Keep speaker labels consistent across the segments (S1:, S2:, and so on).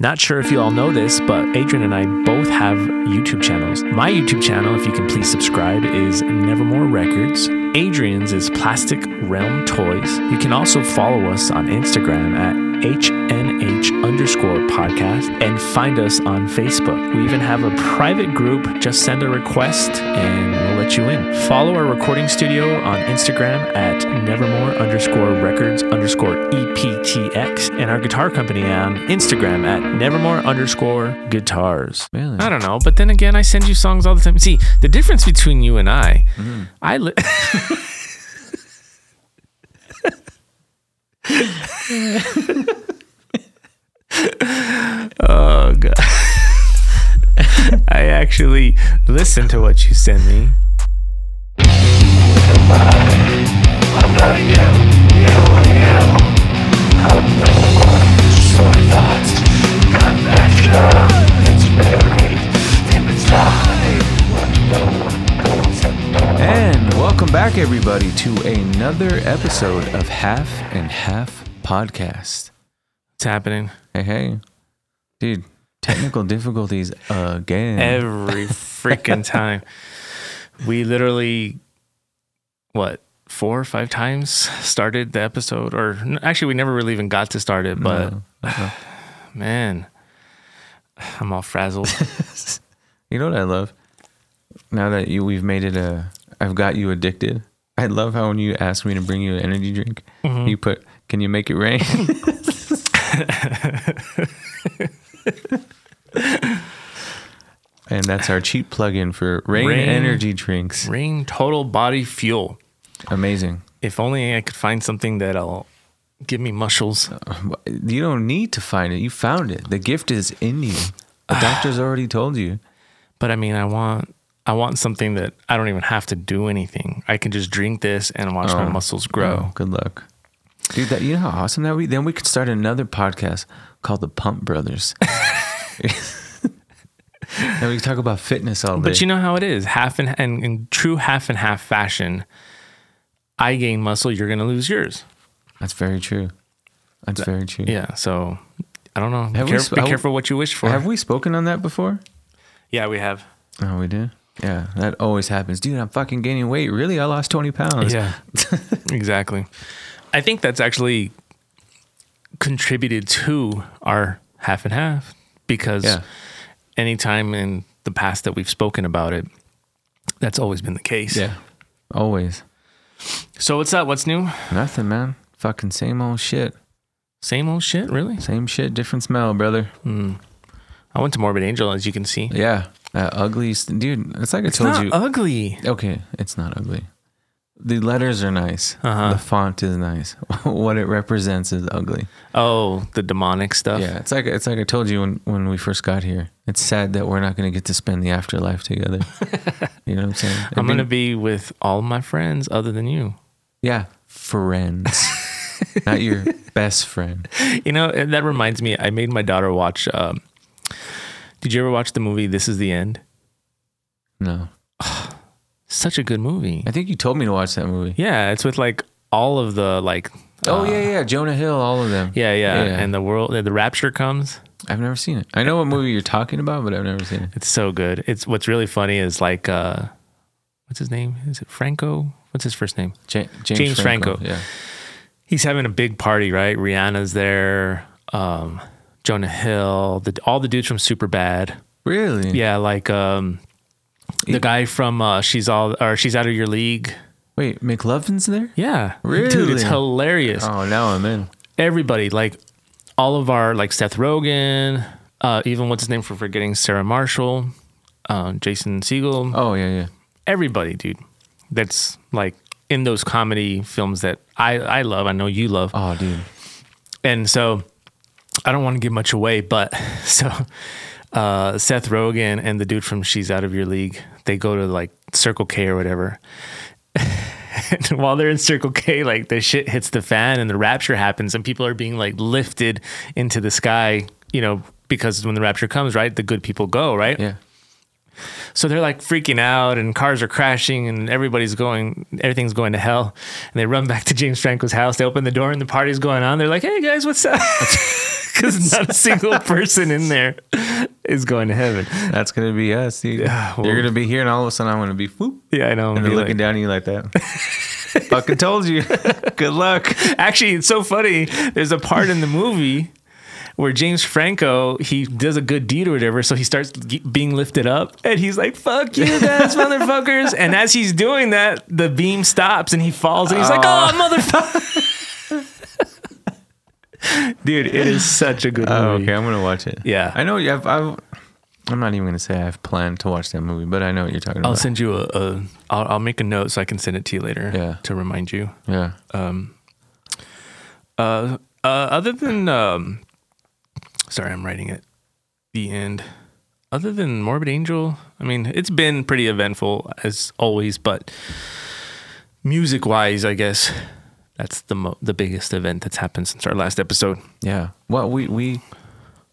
S1: Not sure if you all know this, but Adrian and I both have YouTube channels. My YouTube channel, if you can please subscribe, is Nevermore Records. Adrian's is Plastic Realm Toys. You can also follow us on Instagram at HNH underscore podcast and find us on Facebook. We even have a private group. Just send a request and we'll let you in. Follow our recording studio on Instagram at nevermore underscore records underscore E EPTX and our guitar company on Instagram at nevermore underscore guitars.
S2: Really?
S1: I don't know. But then again, I send you songs all the time. See, the difference between you and I, I li- Oh god. I actually listen to what you send me.
S2: And welcome back, everybody, to another episode of Half and Half Podcast.
S1: It's happening
S2: Hey, hey, dude, technical difficulties again.
S1: every freaking time. We literally what, four or five times started the episode or n- actually we never really even got to start it, but
S2: No, no.
S1: man, I'm all frazzled.
S2: you know what I love? Now that you, we've made it a, I've got you addicted. I love how when you ask me to bring you an energy drink, you put, "Can you make it rain?" and that's our cheap plug-in for rain,
S1: Rain.
S2: energy drinks.
S1: Rain total body fuel.
S2: Amazing.
S1: If only I could find something that'll give me muscles.
S2: You don't need to find it. You found it. The gift is in you.
S1: Ah.
S2: The doctor's already told you.
S1: but I mean, I want I want something that I don't even have to do anything. I can just drink this and watch my muscles
S2: Oh,
S1: grow.
S2: good luck. Dude, that you know how awesome that would be? Then we could start another podcast called the Pump Brothers. and we could talk about fitness all day.
S1: But you know how it is, half and and in true half and half fashion. I gain muscle, you're gonna lose yours.
S2: That's very true. That's very true.
S1: Yeah, so I don't know.
S2: Have
S1: Be,
S2: we
S1: care-
S2: sp-
S1: be
S2: have-
S1: careful what you wish for.
S2: Have we spoken on that before?
S1: yeah, we have.
S2: Oh, we did? Yeah, that always happens. Dude, I'm fucking gaining weight. Really? I lost 20 pounds.
S1: Yeah, exactly. I think that's actually contributed to our half and half because
S2: Yeah.
S1: anytime in the past that we've spoken about it, that's always been the case.
S2: Yeah. Always.
S1: So what's up? What's new?
S2: Nothing, man. Fucking same old shit.
S1: Same old shit, really.
S2: Same shit, different smell, brother.
S1: I went to Morbid Angel, as you can see.
S2: Yeah. That ugly, st- dude. It's like I
S1: It's
S2: told
S1: not
S2: you.
S1: ugly.
S2: Okay, it's not ugly. The letters are nice.
S1: Uh-huh.
S2: The font is nice. what it represents is ugly.
S1: Oh, the demonic stuff.
S2: Yeah, it's like it's like I told you when when we first got here. It's sad that we're not going to get to spend the afterlife together. you know what I'm saying? It'd
S1: I'm
S2: be-
S1: gonna be with all my friends other than you.
S2: yeah, friends, not your best friend.
S1: You know and that reminds me. I made my daughter watch. Um, did you ever watch the movie This Is the End?
S2: No,
S1: Such a good movie.
S2: I think you told me to watch that movie.
S1: Yeah, it's with like all of the like.
S2: Oh
S1: uh,
S2: yeah, yeah, Jonah Hill, all of them.
S1: yeah, yeah,
S2: Yeah.
S1: And the world, the rapture comes.
S2: I've never seen it. I know what movie you're talking about, but I've never seen it.
S1: It's so good. It's what's really funny is like, uh, what's his name? Is it Franco? What's his first name?
S2: Ja- James,
S1: James
S2: Franco.
S1: Franco.
S2: Yeah,
S1: He's having a big party, right? Rihanna's there. Um, Jonah Hill, the, all the dudes from Superbad.
S2: really?
S1: Yeah, like um, the guy from uh, She's All or She's Out of Your League.
S2: Wait, McLovin's there?
S1: Yeah, dude,
S2: Really?
S1: it's hilarious.
S2: Oh, now I'm in.
S1: everybody, like all of our like Seth Rogen, uh, even what's his name for forgetting Sarah Marshall, uh, Jason Siegel,
S2: Oh yeah, yeah.
S1: everybody, dude, that's like in those comedy films that I I love, I know you love,
S2: Oh, dude.
S1: and so I don't want to give much away, but so uh, Seth Rogen and the dude from She's Out of Your League, they go to like Circle K or whatever. And while they're in Circle K, like the shit hits the fan and the rapture happens, and people are being like lifted into the sky, you know, because when the rapture comes, right, the good people go, right?
S2: Yeah.
S1: So they're like freaking out, and cars are crashing, and everybody's going, everything's going to hell. And they run back to James Franco's house. They open the door, and the party's going on. They're like, "Hey guys, what's up?" because not a single person in there is going to heaven.
S2: That's gonna be us. Dude.
S1: Yeah, well-
S2: You're gonna be here, and all of a sudden I'm gonna be whoop,
S1: Yeah, I know. I'm
S2: and
S1: gonna
S2: they're
S1: be like-
S2: looking down at you like that. Fucking told you. Good luck.
S1: Actually, it's so funny. There's a part in the movie where James Franco he does a good deed or whatever, so he starts g- being lifted up, and he's like, "Fuck you guys, motherfuckers!" And as he's doing that, the beam stops, and he falls, and he's like, "Oh, motherfucker!" Dude, it is such a good movie.
S2: Oh, okay, I'm gonna watch it.
S1: Yeah.
S2: I know. you have I've, I'm not even gonna say I've planned to watch that movie, but I know what you're talking
S1: I'll
S2: about.
S1: send you a. a I'll, I'll make a note so I can send it to you later.
S2: Yeah.
S1: To remind you.
S2: yeah.
S1: Uh, uh, other than um, sorry, I'm writing it. The end. Other than Morbid Angel, I mean, it's been pretty eventful as always, but music-wise, I guess that's the mo- the biggest event that's happened since our last episode.
S2: yeah. Well, we we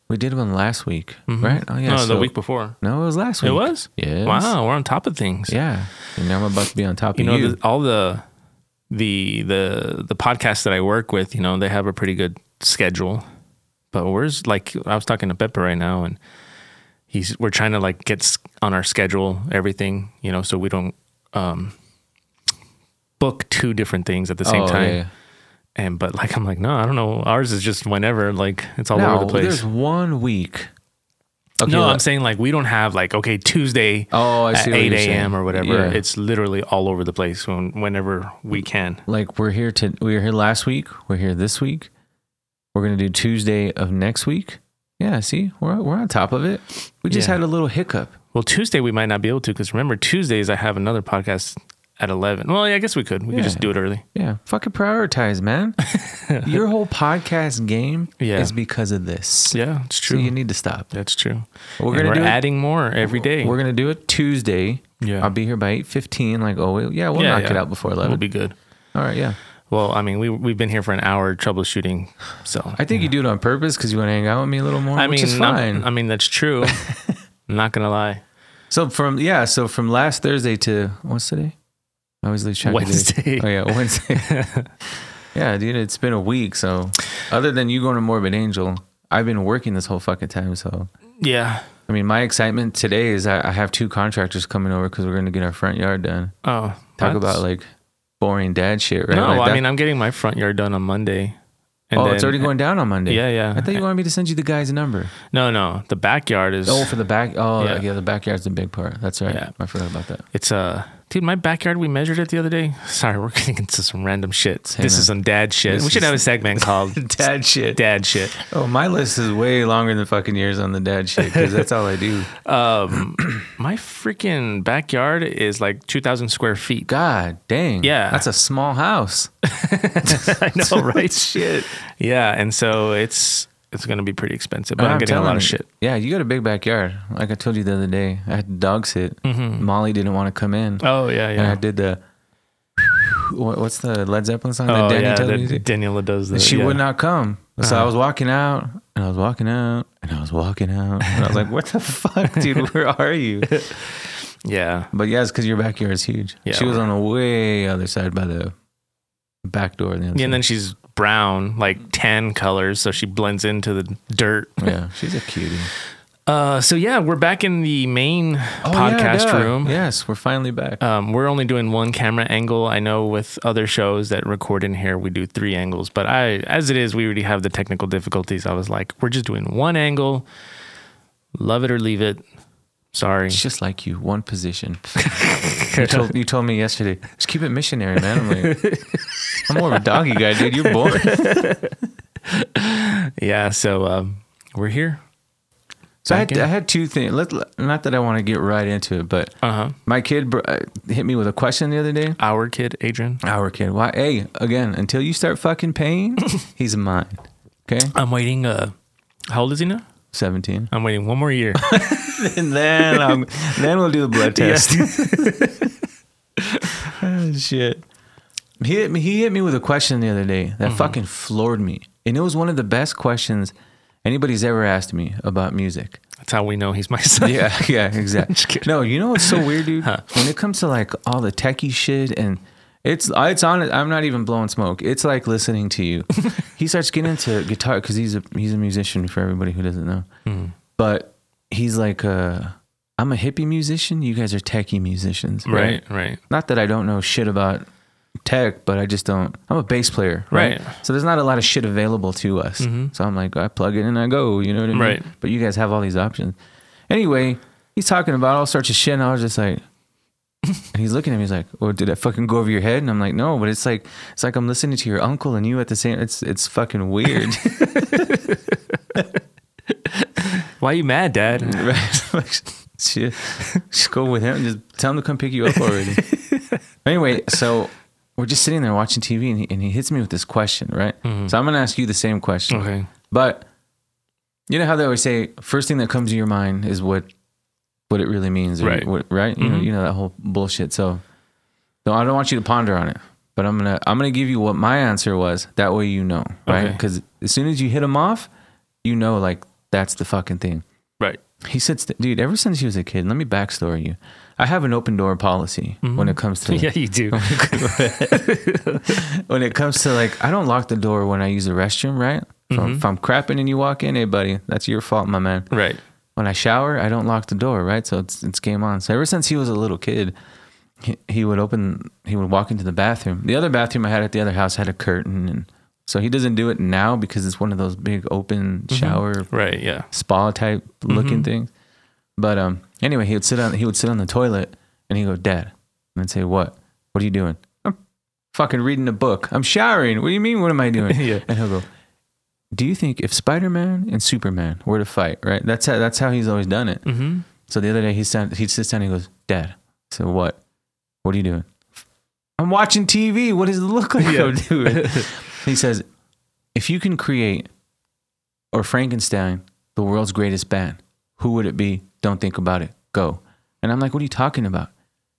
S2: we did one last week, right? Oh
S1: Mm-hmm.
S2: yeah.
S1: no, the
S2: so-
S1: week before.
S2: No, it was last week.
S1: It was.
S2: Yes.
S1: Wow, we're on top of things.
S2: Yeah. And now I'm about to be on top
S1: you
S2: of
S1: know
S2: you.
S1: the, all the the the the podcasts that I work with, you know, they have a pretty good schedule. But where's like I was talking to Pepper right now, and he's we're trying to like get s- on our schedule everything, you know, so we don't um book two different things at the same
S2: Oh, yeah,
S1: time.
S2: yeah.
S1: And but like I'm like no, I don't know. Ours is just whenever, like it's all
S2: no,
S1: over the place.
S2: There's one week. Okay,
S1: no,
S2: like-
S1: I'm saying like we don't have like okay Tuesday
S2: Oh, I
S1: at
S2: see. what
S1: 8
S2: you're saying.
S1: a.m. or whatever.
S2: Yeah.
S1: It's literally all over the place when whenever we can.
S2: like we're here to we were here last week. We're here this week. We're gonna do Tuesday of next week. Yeah, see, we're we're on top of it. We just
S1: Yeah.
S2: had a little hiccup.
S1: Well, Tuesday we might not be able to because remember Tuesdays I have another podcast at eleven. Well, yeah, I guess we could. We could just
S2: Yeah.
S1: do it early.
S2: Yeah, fucking prioritize, man. Your whole podcast game
S1: Yeah.
S2: is because of this.
S1: Yeah, it's
S2: So
S1: true.
S2: you need to stop.
S1: That's true.
S2: We're
S1: And
S2: gonna
S1: we're
S2: do it-
S1: adding more every day.
S2: We're gonna do it Tuesday.
S1: Yeah.
S2: I'll be here by eight fifteen. Like, oh well, yeah, we'll
S1: Yeah,
S2: knock it
S1: yeah.
S2: out before
S1: We'll
S2: eleven.
S1: be good.
S2: All right, yeah.
S1: Well, I mean, we we've been here for an hour troubleshooting, so
S2: I think you do it on purpose because you want to hang out with me a little more.
S1: I mean,
S2: which is
S1: not-
S2: fine.
S1: I mean that's true. I'm not gonna lie.
S2: So from yeah, so from last Thursday to what's today? I always lose track. of days.
S1: Wednesday.
S2: Oh yeah, Wednesday. yeah, dude, it's been a week. So other than you going to Morbid Angel, I've been working this whole fucking time. So
S1: Yeah.
S2: I mean, my excitement today is I, I have two contractors coming over because we're going to get our front yard done.
S1: Oh,
S2: Talk
S1: that's-
S2: about like boring dad shit, right?
S1: no.
S2: Like
S1: I
S2: that-
S1: mean, I'm getting my front yard done on Monday. And
S2: oh,
S1: then-
S2: it's already going down on Monday.
S1: Yeah, yeah.
S2: I thought you wanted me to send you the guy's number.
S1: No, no. The backyard is.
S2: Oh, for the back. Oh,
S1: Yeah.
S2: yeah, the backyard's the big part. That's right.
S1: Yeah.
S2: I forgot about that.
S1: It's uh dude, my backyard we measured it the other day. Sorry, we're getting into some random shit. this
S2: man.
S1: is some dad shit.
S2: This
S1: we should
S2: is-
S1: have a segment called
S2: Dad shit.
S1: Dad Shit.
S2: Oh, my list is way longer than fucking yours on the dad shit because that's all I do.
S1: Um my freaking backyard is like two thousand square feet.
S2: God dang.
S1: Yeah.
S2: That's a small house.
S1: I know, right?
S2: shit.
S1: yeah, and so it's it's gonna be pretty expensive. But Uh, I'm, getting a lot
S2: telling
S1: of
S2: you.
S1: shit.
S2: Yeah, you got a big backyard. Like I told you the other day, I had to dog sit. Molly didn't want to come in.
S1: Mm-hmm. Oh yeah,
S2: And I
S1: yeah.
S2: did the, what, what's the Led Zeppelin song
S1: Oh
S2: that Uh-huh. Danny
S1: yeah,
S2: told
S1: that
S2: me to do?
S1: Daniela does that.
S2: And she
S1: yeah.
S2: would not come. So I was walking out and I was walking out and I was walking out. And I was like, what the fuck, dude? Where are you?
S1: Yeah,
S2: But yeah, it's because your backyard is huge.
S1: Yeah.
S2: she was on the way other side by the back door. The other
S1: and then
S2: side.
S1: she's brown, like tan colors, so she blends into the dirt.
S2: yeah, she's a cutie.
S1: Uh, so yeah, we're back in the main
S2: Oh,
S1: podcast
S2: yeah, duh.
S1: room.
S2: Yes, we're finally back.
S1: Um, we're only doing one camera angle. I know with other shows that record in here, we do three angles. But I, as it is, we already have the technical difficulties. I was like, we're just doing one angle. Love it or leave it. Sorry.
S2: it's just like you, one position. you, told, you told me yesterday, just keep it missionary, man. I'm like, I'm more of a doggy guy, dude. You're boring.
S1: Yeah. So um, we're here.
S2: So I
S1: Back
S2: had,
S1: in.
S2: I had two things. Let, let- not that I want to get right into it, but
S1: Uh huh.
S2: my kid br- uh, hit me with a question the other day.
S1: Our kid, Adrian.
S2: Our kid, why? Hey, again, until you start fucking paying, he's mine. Okay,
S1: I'm waiting. Uh, how old is he now?
S2: seventeen.
S1: I'm waiting one more year.
S2: and then um, then we'll do the blood test. Oh, shit. He hit me. He hit me with a question the other day that fucking floored me, and it was one of the best questions anybody's ever asked me about music.
S1: That's how we know he's my son.
S2: Yeah, yeah, exactly.
S1: kidding.
S2: No, you know what's so weird, dude? When it comes to like all the techie shit and It's it's on. I'm not even blowing smoke. It's like listening to you. he starts getting into guitar because he's a he's a musician. For everybody who doesn't know,
S1: Hmm.
S2: but he's like, uh, I'm a hippie musician. You guys are techie musicians,
S1: Right, right.
S2: Not that I don't know shit about tech, but I just don't. I'm a bass player, right?
S1: Right. Mm-hmm.
S2: So there's not a lot of shit available to us. So I'm like, I plug it and I go. You know what I mean?
S1: Right.
S2: But you guys have all these options. Anyway, he's talking about all sorts of shit, and I was just like. And he's looking at me. He's like, "Oh, did that fucking go over your head?" And I'm like, "No, but it's like it's like I'm listening to your uncle and you at the same. It's it's fucking weird."
S1: Why you mad, Dad?
S2: Right. Like, shit. Just go with him. Just tell him to come pick you up already. anyway, so we're just sitting there watching TV and he, and he hits me with this question, right?
S1: Mm-hmm.
S2: So I'm going to ask you the same question.
S1: Okay.
S2: But you know how they always say, first thing that comes to your mind is what what it really means, or
S1: Right. Mm-hmm.
S2: What, right? You, know, you know that whole bullshit. So, no, I don't want you to ponder on it, but I'm gonna I'm gonna give you what my answer was. That way you know, right?
S1: Okay.
S2: Because as soon as you hit him off, you know, like that's the fucking thing.
S1: Right.
S2: He said, st- dude, ever since he was a kid, let me backstory you. I have an open door policy when it comes to
S1: Yeah, you do.
S2: when it comes to like I don't lock the door when I use the restroom, right? If, I'm, if I'm crapping and you walk in, hey buddy, that's your fault, my man.
S1: right.
S2: When I shower, I don't lock the door, right? So it's it's game on. So ever since he was a little kid, he, he would open, he would walk into the bathroom. The other bathroom I had at the other house had a curtain, and so he doesn't do it now because it's one of those big open shower
S1: Right. Yeah.
S2: spa type
S1: Mm-hmm.
S2: looking things. But um, anyway, he would sit on he would sit on the toilet and he'd go, "Dad," and I'd say, "What? What are you doing?" I'm fucking reading a book. I'm showering. What do you mean? What am I doing?
S1: Yeah.
S2: And he'll go, "Do you think if Spider Man and Superman were to fight, right? That's how that's how he's always done it."
S1: Mm-hmm.
S2: So the other day he stand, he sits down and he goes, "Dad," so what? What are you doing? I'm watching TV. What does it look like
S1: Yeah.
S2: I'm doing? he says, "If you can create or Frankenstein, the world's greatest band, who would it be? Don't think about it. Go." And I'm like, "What are you talking about?"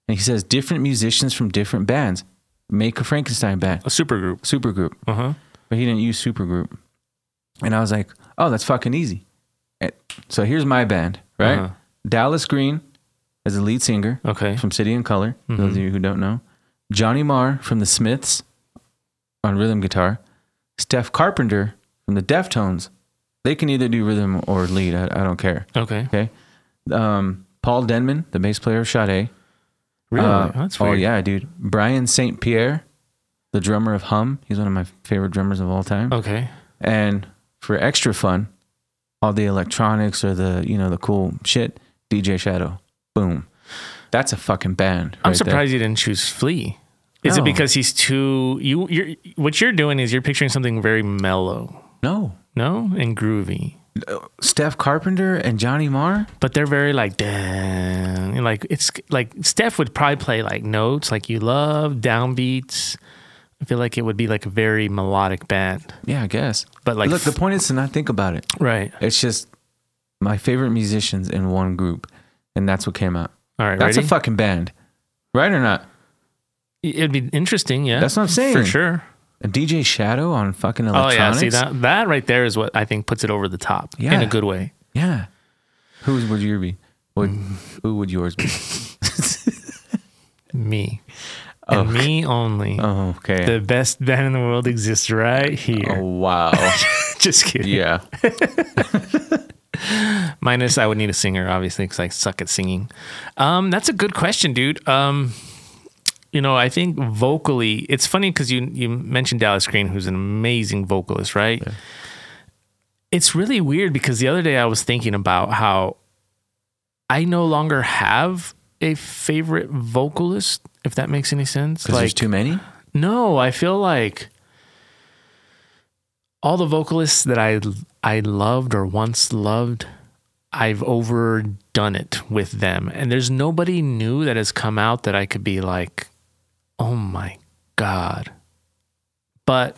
S2: And he says, "Different musicians from different bands make a Frankenstein band,
S1: A supergroup.
S2: supergroup."
S1: Uh huh.
S2: but he didn't use supergroup. And I was like, oh, that's fucking easy. And So here's my band, right?
S1: Uh-huh.
S2: Dallas Green as the lead singer
S1: Okay.
S2: from City and Color,
S1: Mm-hmm.
S2: those of you who don't know. Johnny Marr from the Smiths on rhythm guitar. Steph Carpenter from the Deftones. They can either do rhythm or lead. I, I don't care.
S1: Okay.
S2: Okay. Um, Paul Denman, the bass player of Sade.
S1: Really?
S2: Uh,
S1: That's
S2: oh
S1: weird.
S2: yeah, dude. Brian St. Pierre, the drummer of Hum. He's one of my favorite drummers of all time.
S1: Okay.
S2: And for extra fun, all the electronics or the you know the cool shit, DJ Shadow. Boom. That's a fucking band.
S1: I'm
S2: right
S1: surprised you didn't choose Flea. Is it
S2: No.
S1: because he's too you? You're what you're doing is you're picturing something very mellow,
S2: There. No.
S1: no, and groovy.
S2: Steph Carpenter and Johnny Marr?
S1: But they're very like, damn, and, like it's like Steph would probably play like notes like you love downbeats. I feel like it would be like a very melodic band,
S2: Yeah, I guess.
S1: but like
S2: Look, the point is to not think about it.
S1: right.
S2: It's just my favorite musicians in one group. And that's what came out.
S1: All right,
S2: That's
S1: ready?
S2: a fucking band. Right or not?
S1: It'd be interesting, yeah.
S2: That's what I'm saying.
S1: for sure.
S2: A DJ Shadow on fucking
S1: Oh yeah,
S2: electronics?
S1: see that that right there is what I think puts it over the top in
S2: Yeah.
S1: a good way.
S2: Yeah. Whose would yours be? Would, who would yours be?
S1: Me, and me only.
S2: Oh, okay.
S1: The best band in the world exists right here.
S2: Oh wow.
S1: Just kidding.
S2: yeah.
S1: Minus, I would need a singer, obviously, because I suck at singing. Um, that's a good question, dude. Um, you know, I think vocally, it's funny because you you mentioned Dallas Green, who's an amazing vocalist, right? It's really weird because the other day I was thinking about how I no longer have a favorite vocalist, if that makes any sense.
S2: Because there's too many?
S1: No, I feel like all the vocalists that I I loved or once loved, I've overdone it with them. And there's nobody new that has come out that I could be like, "Oh my god." But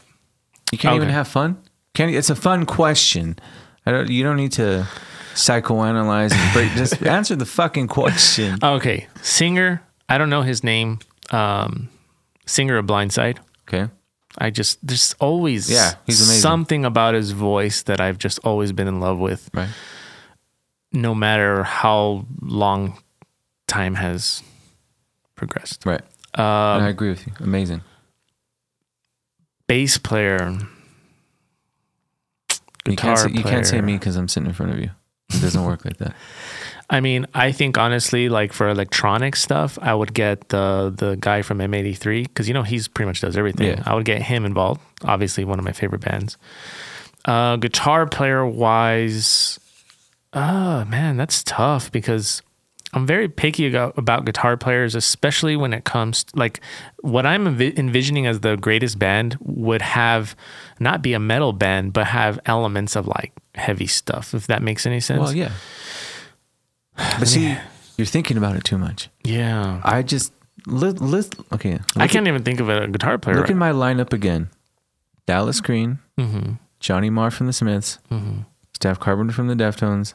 S2: You can't even
S1: Okay.
S2: have fun? Can you- it's a fun question. I don't you don't need to psychoanalyze and break just answer the fucking question.
S1: okay, singer, I don't know his name. Um singer of Blindside.
S2: Okay.
S1: I just there's always
S2: Yeah, he's amazing.
S1: something about his voice that I've just always been in love with.
S2: Right.
S1: no matter how long time has progressed.
S2: Right. And I
S1: Uh,
S2: agree with you. Amazing.
S1: bass player.
S2: You can't, say,
S1: Guitar
S2: you can't say
S1: player.
S2: me because I'm sitting in front of you. It doesn't work like that.
S1: I mean, I think honestly, like for electronic stuff, I would get the the guy from M83 because you know he's pretty much does everything.
S2: Yeah.
S1: I would get him involved. Obviously, one of my favorite bands. Uh, guitar player wise, oh man, that's tough because I'm very picky ago- about guitar players, especially when it comes like what I'm envi- envisioning as the greatest band would have not be a metal band, but have elements of like heavy stuff. If that makes any sense.
S2: Well, yeah. But see, you're thinking about it too much.
S1: yeah.
S2: I just let let okay.
S1: I
S2: look
S1: can't even think of a guitar player.
S2: Look
S1: right-
S2: at my lineup again. Dallas Green,
S1: Mm-hmm.
S2: Johnny Marr from the Smiths, Staff Carpenter from the Deftones,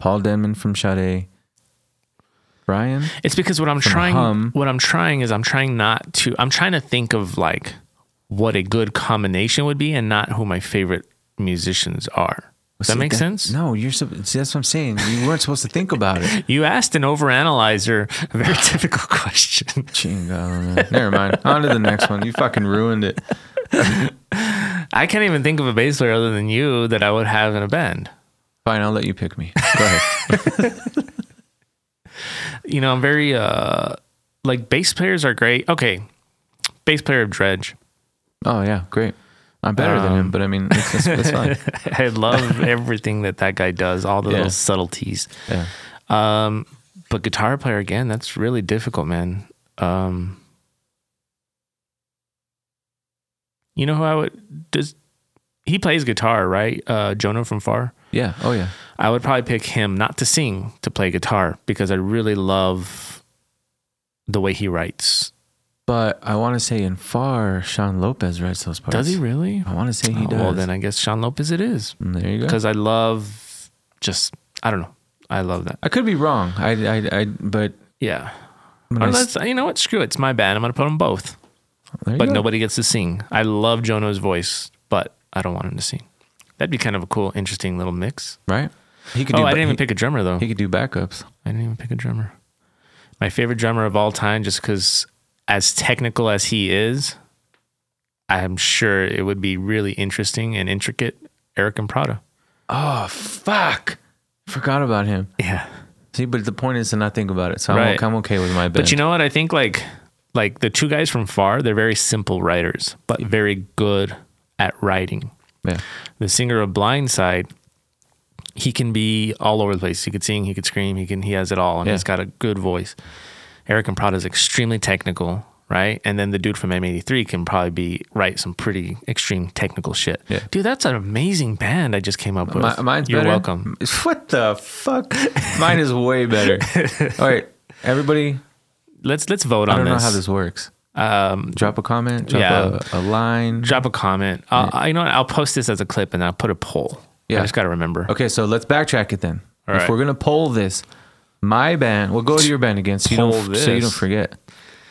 S2: Paul Denman from Sade, Brian.
S1: It's because what I'm
S2: From
S1: trying,
S2: Hum.
S1: what I'm trying is I'm trying not to. I'm trying to think of like what a good combination would be, and not who my favorite musicians are. Does that
S2: See,
S1: make sense?
S2: No, you're. sup- See, that's what I'm saying. You weren't supposed to think about it.
S1: You asked an overanalyzer a very difficult question.
S2: Chingo, man. Never mind. On to the next one. You fucking ruined it.
S1: I can't even think of a bass player other than you that I would have in a band.
S2: Fine, I'll let you pick me. Go ahead.
S1: You know, I'm very uh like bass players are great. Okay, bass player of Dredge.
S2: Oh yeah, great. I'm better than
S1: Um.
S2: him, but I mean, it's, it's, it's fine.
S1: I love everything that that guy does. All the
S2: Yeah.
S1: little subtleties.
S2: Yeah.
S1: Um, but guitar player again, that's really difficult, man. Um, you know who I would does he plays guitar, right? Uh, Jonah from Far.
S2: Yeah. Oh yeah.
S1: I would probably pick him not to sing to play guitar because I really love the way he writes.
S2: But I want to say in far, Sean Lopez writes those parts.
S1: Does he really?
S2: I want to say
S1: Oh,
S2: he does.
S1: Well, then I guess Sean Lopez it is
S2: And there you go.
S1: because I love just I don't know. I love that.
S2: I could be wrong. I, I, I but
S1: Yeah.
S2: when I s-
S1: Unless you know what? Screw it. It's my bad. I'm gonna put them both.
S2: there you
S1: but
S2: go.
S1: nobody gets to sing. I love Jono's voice, but I don't want him to sing. That'd be kind of a cool, interesting little mix.
S2: right? He could.
S1: Oh,
S2: do,
S1: I
S2: ba-
S1: didn't even
S2: he,
S1: pick a drummer though.
S2: He could do backups.
S1: I didn't even pick a drummer. My favorite drummer of all time, just because as technical as he is, I'm sure it would be really interesting and intricate. Eric and Prada.
S2: Oh fuck! Forgot about him.
S1: Yeah.
S2: See, but the point is to not think about it. So I'm,
S1: Right.
S2: okay, I'm okay with my bed.
S1: But you know what? I think like like the two guys from Far, they're very simple writers, but very good at writing.
S2: yeah,
S1: the singer of Blindside, he can be all over the place. He could sing, he could scream, he can he has it all, and
S2: Yeah.
S1: he's got a good voice. Eric and Prada is extremely technical, right? And then the dude from M83 can probably be write some pretty extreme technical shit.
S2: Yeah.
S1: Dude, that's an amazing band I just came up with.
S2: Mi- mine's
S1: You're
S2: better.
S1: welcome.
S2: What the fuck? Mine is way better. All right, everybody.
S1: Let's let's vote
S2: I
S1: on
S2: don't know
S1: this.
S2: how this works.
S1: Um,
S2: Drop a comment. Drop
S1: Yeah.
S2: a, a line.
S1: drop a comment. I'll, I you know what? I'll post this as a clip and I'll put a poll.
S2: Yeah.
S1: I just got to remember.
S2: Okay, so let's backtrack it then.
S1: All
S2: if
S1: right.
S2: we're gonna poll this, my band. We'll go to your band again, so you
S1: Poll
S2: don't. So you
S1: this.
S2: don't forget.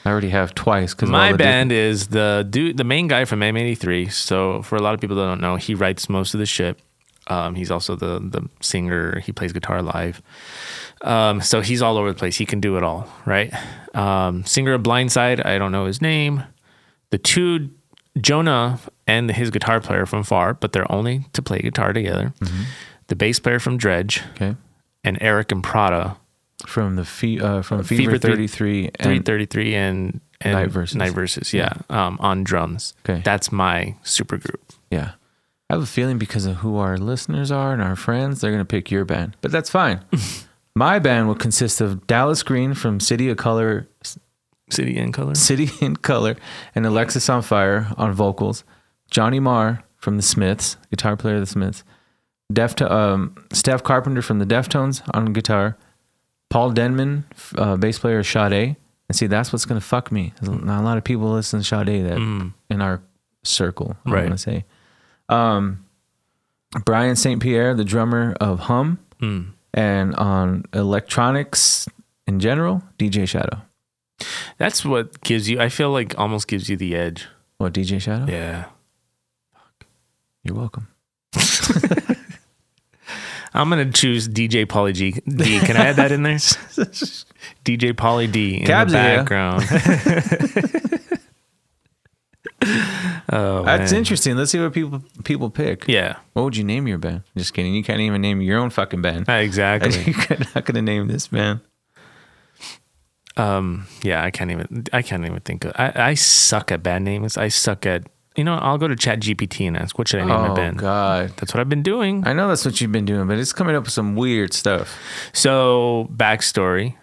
S2: I already have twice because
S1: My band is the dude, the main guy from M83. So for a lot of people that don't know, he writes most of the shit. Um, he's also the the singer. He plays guitar live. Um, so he's all over the place. He can do it all, right? Um, singer of Blindside. I don't know his name. The two Jonah and his guitar player from Far, but they're only to play guitar together. The bass player from Dredge
S2: Okay.
S1: and Eric and Prada,
S2: From the fe- uh, from Fever,
S1: Fever three-
S2: 33
S1: three
S2: and
S1: thirty three and, and
S2: Night Versus.
S1: Night Versus, yeah, Um, on drums.
S2: Okay.
S1: that's my super group.
S2: yeah. I have a feeling because of who our listeners are and our friends, they're gonna pick your band, but that's fine. my band will consist of Dallas Green from City of Color,
S1: City and color.
S2: City in Color, and Alexis on Fire on vocals, Johnny Marr from the Smiths, guitar player of the Smiths, Deft, um, Steph Carpenter from the Deftones on guitar, Paul Denman, f- uh, bass player of Sade. And see, that's what's gonna fuck me. There's Not a lot of people listen to Sade that in our circle. I
S1: Right.
S2: want to say, um, Brian St. Pierre, the drummer of Hum,
S1: Mm.
S2: and on electronics in general, DJ Shadow.
S1: That's what gives you. I feel like almost gives you the edge.
S2: What DJ Shadow?
S1: Yeah,
S2: You're welcome.
S1: I'm gonna choose DJ Poly G. D. Can I add that in there? DJ Poly D in
S2: Cabs
S1: the
S2: are here.
S1: background. oh,
S2: That's
S1: man.
S2: interesting. Let's see what people people pick.
S1: Yeah,
S2: What would you name your band? Just kidding. You can't even name your own fucking band.
S1: exactly.
S2: You're not gonna name this band.
S1: um, yeah, I can't even. I can't even think of. I, I suck at bad names. I suck at. You know, I'll go to Chat GPT and ask, "What should I name my
S2: Oh
S1: band?"
S2: God.
S1: That's what I've been doing.
S2: I know that's what you've been doing, but it's coming up with some weird stuff.
S1: So backstory,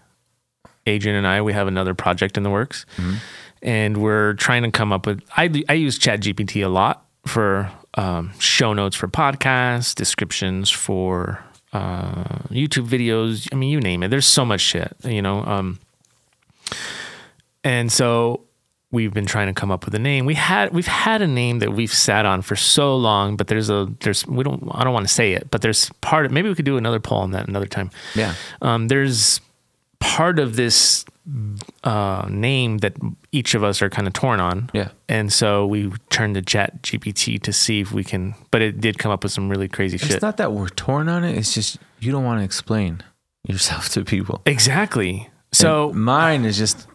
S1: Adrian and I, we have another project in the works,
S2: Mm-hmm.
S1: and we're trying to come up with. I I use ChatGPT a lot for um, show notes for podcasts, descriptions for uh, YouTube videos. I mean, you name it. There's so much shit, you know. Um, and so we've been trying to come up with a name. We had we've had a name that we've sat on for so long, but there's a there's we don't I don't want to say it, but there's part of maybe we could do another poll on that another time.
S2: Yeah.
S1: Um, there's part of this uh, name that each of us are kind of torn on.
S2: Yeah.
S1: And so we turned to Chat GPT to see if we can, but it did come up with some really crazy shit.
S2: It's not that we're torn on it. It's just you don't want to explain yourself to people.
S1: exactly. So
S2: And mine is just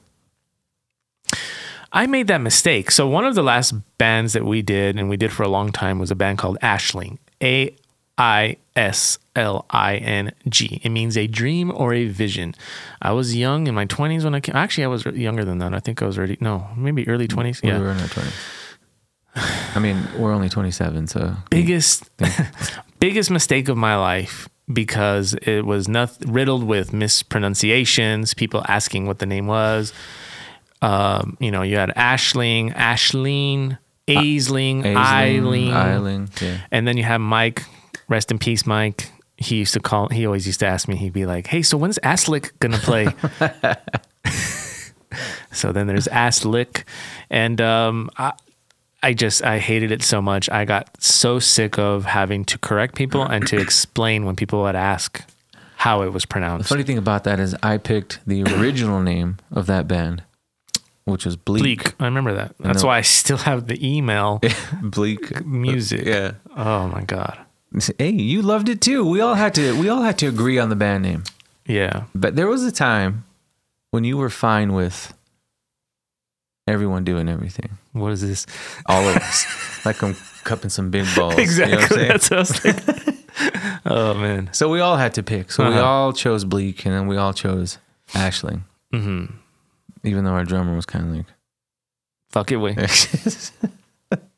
S1: I made that mistake. So one of the last bands that we did and we did for a long time was a band called Ashling. A I S L I N G. It means a dream or a vision. I was young in my 20s when I came. Actually, I was younger than that. I think I was already no, maybe early 20s.
S2: we
S1: Yeah.
S2: were in our twenties. I mean, we're only twenty seven, so
S1: biggest biggest mistake of my life because it was not riddled with mispronunciations, people asking what the name was. Um, you know, you had Ashling, Ashleen, Uh, Aisling, Eileen,
S2: Eileen, yeah.
S1: and then you have Mike. Rest in peace, Mike. He used to call. He always used to ask me. He'd be like, "Hey, so when's Aslick gonna play?" so then there's Aslick, and um, I, I just I hated it so much. I got so sick of having to correct people and to explain when people would ask how it was pronounced.
S2: Funny thing about that is, I picked the original name of that band, which was Bleak.
S1: Bleak. I remember that. That's
S2: know.
S1: why I still have the email
S2: Bleak
S1: music.
S2: Yeah.
S1: Oh my god.
S2: Hey, you loved it too. We all had to. We all had to agree on the band name.
S1: Yeah.
S2: But there was a time when you were fine with everyone doing everything.
S1: What is this?
S2: All of us, like I'm cupping some big balls. you know what
S1: Exactly.
S2: I'm saying?
S1: That's what I was thinking. oh man.
S2: So we all had to pick. So we
S1: Uh-huh.
S2: all chose Bleak, and then we all chose Ashling.
S1: hmm
S2: Even though our drummer was kind of like,
S1: Fuck it, way.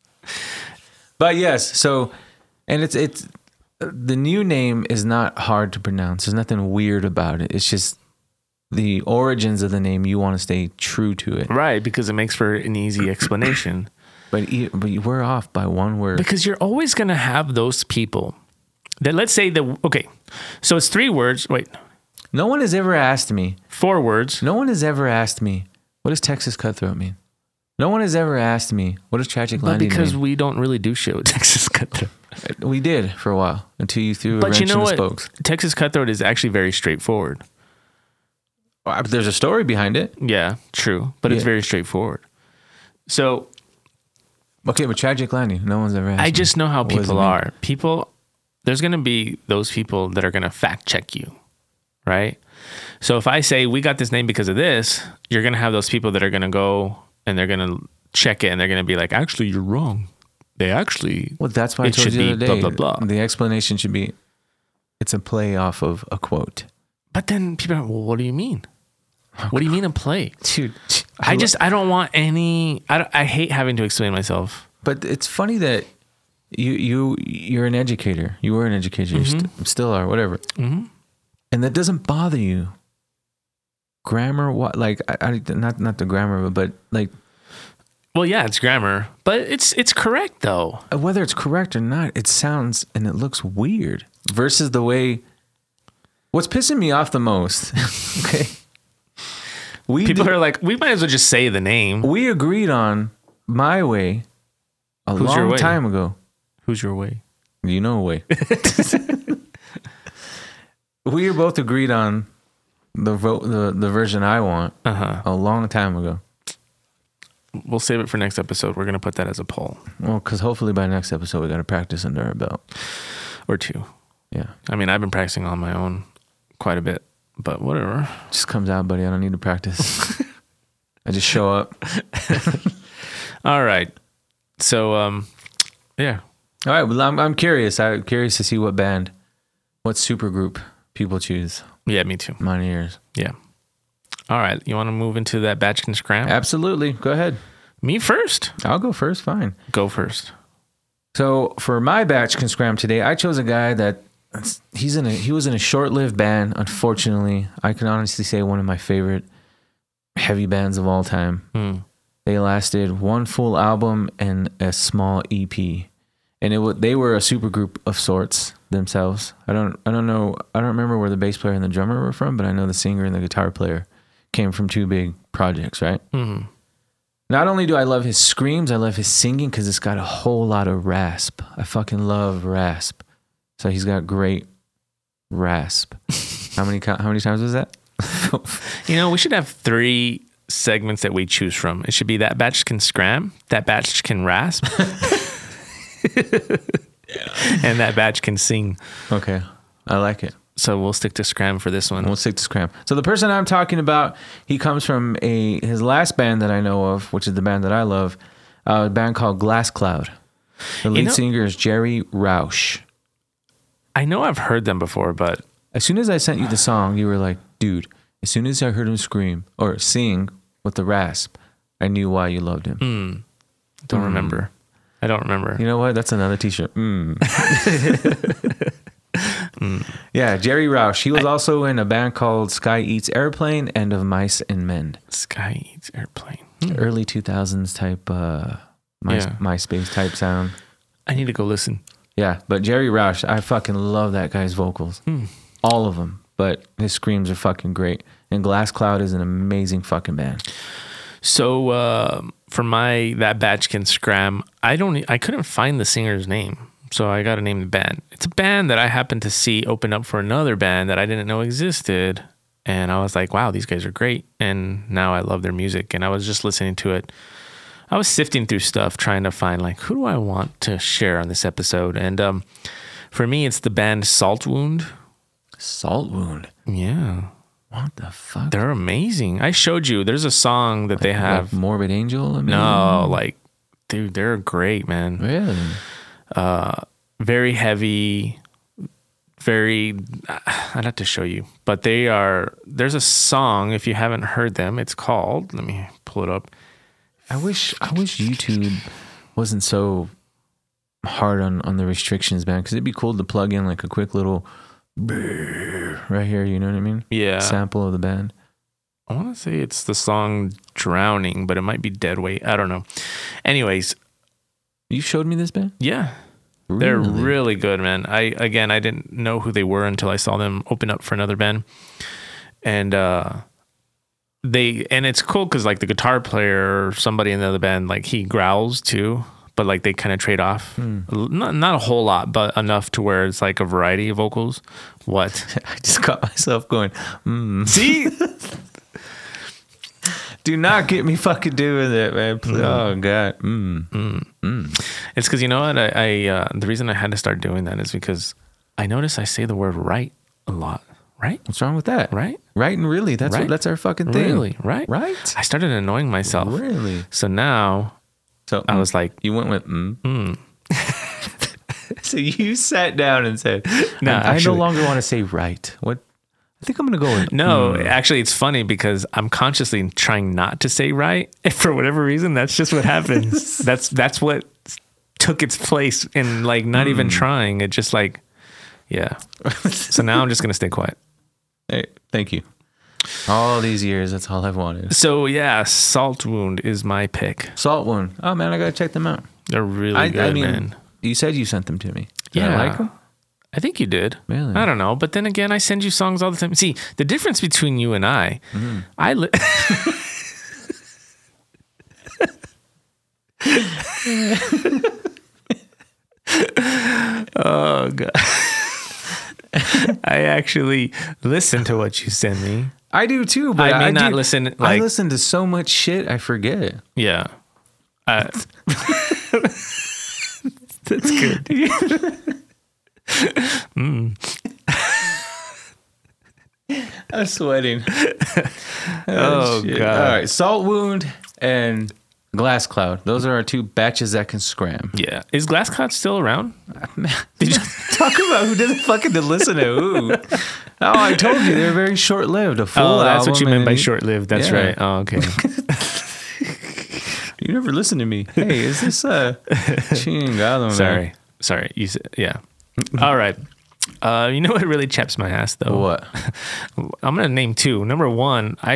S2: but yes, so and it's it's the new name is not hard to pronounce. There's nothing weird about it. It's just the origins of the name. You want to stay true to it,
S1: Right, because it makes for an easy explanation.
S2: but e- but you we're off by one word.
S1: because you're always going to have those people that, let's say, the okay, so it's three words. Wait,
S2: No one has ever asked me.
S1: four words.
S2: No one has ever asked me what does Texas cutthroat mean. No one has ever asked me what does tragic
S1: But
S2: landing
S1: because
S2: mean.
S1: we don't really do shit with Texas Cutthroat.
S2: We did for a while until you threw a
S1: But
S2: wrench
S1: you know
S2: in the
S1: what?
S2: spokes.
S1: Texas Cutthroat is actually very straightforward.
S2: Uh, There's a story behind it.
S1: Yeah, true, but it's
S2: Yeah.
S1: very straightforward. So
S2: Okay, but tragic landing. No one's ever asked.
S1: I
S2: me.
S1: just know how
S2: does it
S1: people
S2: mean?
S1: are. People, there's going to be those people that are going to fact check you, right? So if I say we got this name because of this, you're going to have those people that are going to go and they're going to check it and they're going to be like, actually, you're wrong. They actually,
S2: Well, that's why I
S1: It
S2: told
S1: should
S2: you
S1: be
S2: the other day.
S1: blah, blah, blah.
S2: The explanation should be it's a play off of a quote.
S1: but then people are, well, what do you mean? What do you mean a play?
S2: Dude,
S1: Oh, I just, I don't want any, I, don't- I hate having to explain myself.
S2: But it's funny that you you you're an educator. You were an educator. You
S1: Mm-hmm.
S2: st- still are. Whatever.
S1: Mhm.
S2: And that doesn't bother you. Grammar, what? Like, I, I not not the grammar, but like
S1: Well, yeah, it's grammar, but it's, it's correct though.
S2: whether it's correct or not, it sounds and it looks weird versus the way. What's pissing me off the most? okay, we
S1: People
S2: did-
S1: are like, we might as well just say the name.
S2: we agreed on my way a
S1: Who's
S2: long
S1: your way?
S2: time ago.
S1: Who's your way?
S2: You know way. we both agreed on the vote the, the version I want
S1: Uh huh.
S2: a long time ago.
S1: We'll save it for next episode. We're going to put that as a poll
S2: Well, because hopefully by next episode we got to practice under our belt.
S1: or two.
S2: Yeah.
S1: I mean, I've been practicing on my own quite a bit, but whatever.
S2: Just comes out, buddy. I don't need to practice. I just show up.
S1: All right. So, um, yeah.
S2: All right. Well, I'm, I'm curious. I'm curious to see what band, what supergroup people choose.
S1: Yeah, me too.
S2: Mine ears.
S1: Yeah. All right. You want to move into that batch and scram?
S2: Absolutely. Go ahead.
S1: Me first.
S2: I'll go first. Fine.
S1: Go first.
S2: So for my batch can scram today, I chose a guy that he's in a he was in a short-lived band. Unfortunately, I can honestly say one of my favorite heavy bands of all time.
S1: Hmm.
S2: They lasted one full album and a small EP, and it wa they were a supergroup of sorts themselves. I don't I don't know I don't remember where the bass player and the drummer were from, but I know the singer and the guitar player came from two big projects, right?
S1: Mhm.
S2: Not only do I love his screams, I love his singing because it's got a whole lot of rasp. I fucking love rasp. So he's got great rasp. how many co- how many times was that?
S1: You know, we should have three segments that we choose from. It should be that batch can scram, that batch can rasp, and that batch can sing.
S2: okay, I like it.
S1: So we'll stick to scram for this one.
S2: We'll stick to Scram. So the person I'm talking about, he comes from a his last band that I know of, which is the band that I love, uh, a band called Glass Cloud. The lead
S1: know-
S2: singer is Jerry Roush.
S1: I know I've heard them before, but
S2: As soon as I sent you the song, you were like, dude, as soon as I heard him scream or sing with the rasp, I knew why you loved him.
S1: don't remember. I don't remember.
S2: You know what? That's another t shirt. Mm. Yeah, Jerry Roush. He was also in a band called Sky Eats Airplane and Of Mice and Men.
S1: Sky eats airplane.
S2: Early 2000s type, uh, my,
S1: Yeah.
S2: MySpace type sound.
S1: I need to go listen.
S2: Yeah, but Jerry Roush, I fucking love that guy's vocals. All of them. But his screams are fucking great. And Glass Cloud is an amazing fucking band.
S1: So uh, for my that batch can scram, I don't. e, I couldn't find the singer's name, so I got to name the band. It's a band that I happened to see open up for another band that I didn't know existed, and I was like, "Wow, these guys are great!" And now I love their music. And I was just listening to it. I was sifting through stuff trying to find like who do I want to share on this episode, and um, for me, it's the band Salt Wound.
S2: Salt Wound.
S1: Yeah,
S2: What the fuck?
S1: they're amazing. I showed you. There's a song that they have.
S2: Like Morbid Angel? I mean,
S1: No, like, dude, they're great, man.
S2: Really?
S1: Very heavy, very. I'd have to show you, but they are. There's a song if you haven't heard them. It's called. Let me pull it up.
S2: I wish I wish YouTube wasn't so hard on, on the restrictions, man, because it'd be cool to plug in like a quick little right here, you know what I mean?
S1: Yeah,
S2: Sample of the band.
S1: I want to say it's the song "Drowning," but it might be "Dead Weight." I don't know. Anyways,
S2: You showed me this band?
S1: yeah, They're really? good, man. I again, I didn't know who they were until I saw them open up for another band, and uh, they and it's cool because like the guitar player or somebody in the other band, like he growls too, but like they kind of trade off,
S2: Hmm.
S1: L- not not a whole lot, but enough to where it's like a variety of vocals. What?
S2: I just caught myself going, mm.
S1: See,
S2: do not get me fucking doing it, man. Please. Oh god. Mm.
S1: it's because you know what I, I uh, the reason I had to start doing that is because I notice I say the word right a lot. Right,
S2: What's wrong with that?
S1: right,
S2: Right and really. That's
S1: Right.
S2: what that's our fucking thing.
S1: really, right,
S2: Right?
S1: I started annoying myself.
S2: Really?
S1: So now
S2: So
S1: I was like,
S2: You went with mm. so you sat down and said,
S1: No,
S2: "I- I, no
S1: actually-
S2: longer want to say right." What? I think I'm gonna go with
S1: no, actually, it's funny because I'm consciously trying not to say right. And for whatever reason, that's just what happens. that's that's what took its place in like not even
S2: Hmm.
S1: trying. It just like, yeah. so now I'm just gonna stay quiet.
S2: Hey, thank you. All these years, that's all I've wanted.
S1: So yeah, Salt Wound is my pick.
S2: Salt one. Oh man, I gotta check them out.
S1: They're really
S2: I,
S1: good,
S2: I mean,
S1: man.
S2: you said you sent them to me. Did
S1: Yeah.
S2: I like them.
S1: I think you did.
S2: Really?
S1: I don't know. But then again, I send you songs all the time. See, the difference between you and I,
S2: Mm-hmm.
S1: I li- Oh god. I actually listen to what you send me.
S2: I do too, but
S1: I may
S2: I
S1: not
S2: do-
S1: listen,
S2: I
S1: like-
S2: listen to so much shit, I forget.
S1: Yeah. Uh, that's good. Mm.
S2: I'm sweating.
S1: Oh,
S2: shit.
S1: God.
S2: All right, salt wound and glass cloud. Those are our two batches that can scram.
S1: Yeah. Is Glasscloud still around? Did you?
S2: Talk about who doesn't fucking listen to who. Oh, I told you they're very short lived. A full
S1: Oh, that's what
S2: album
S1: you meant
S2: and-
S1: by short lived. That's
S2: Yeah.
S1: right. Oh, okay.
S2: You never listen to me. Hey, is this uh? Chingado, man.
S1: Sorry. Sorry. You said, yeah. All right. Uh, you know what really chaps my ass though?
S2: What?
S1: I'm gonna name two. Number one, I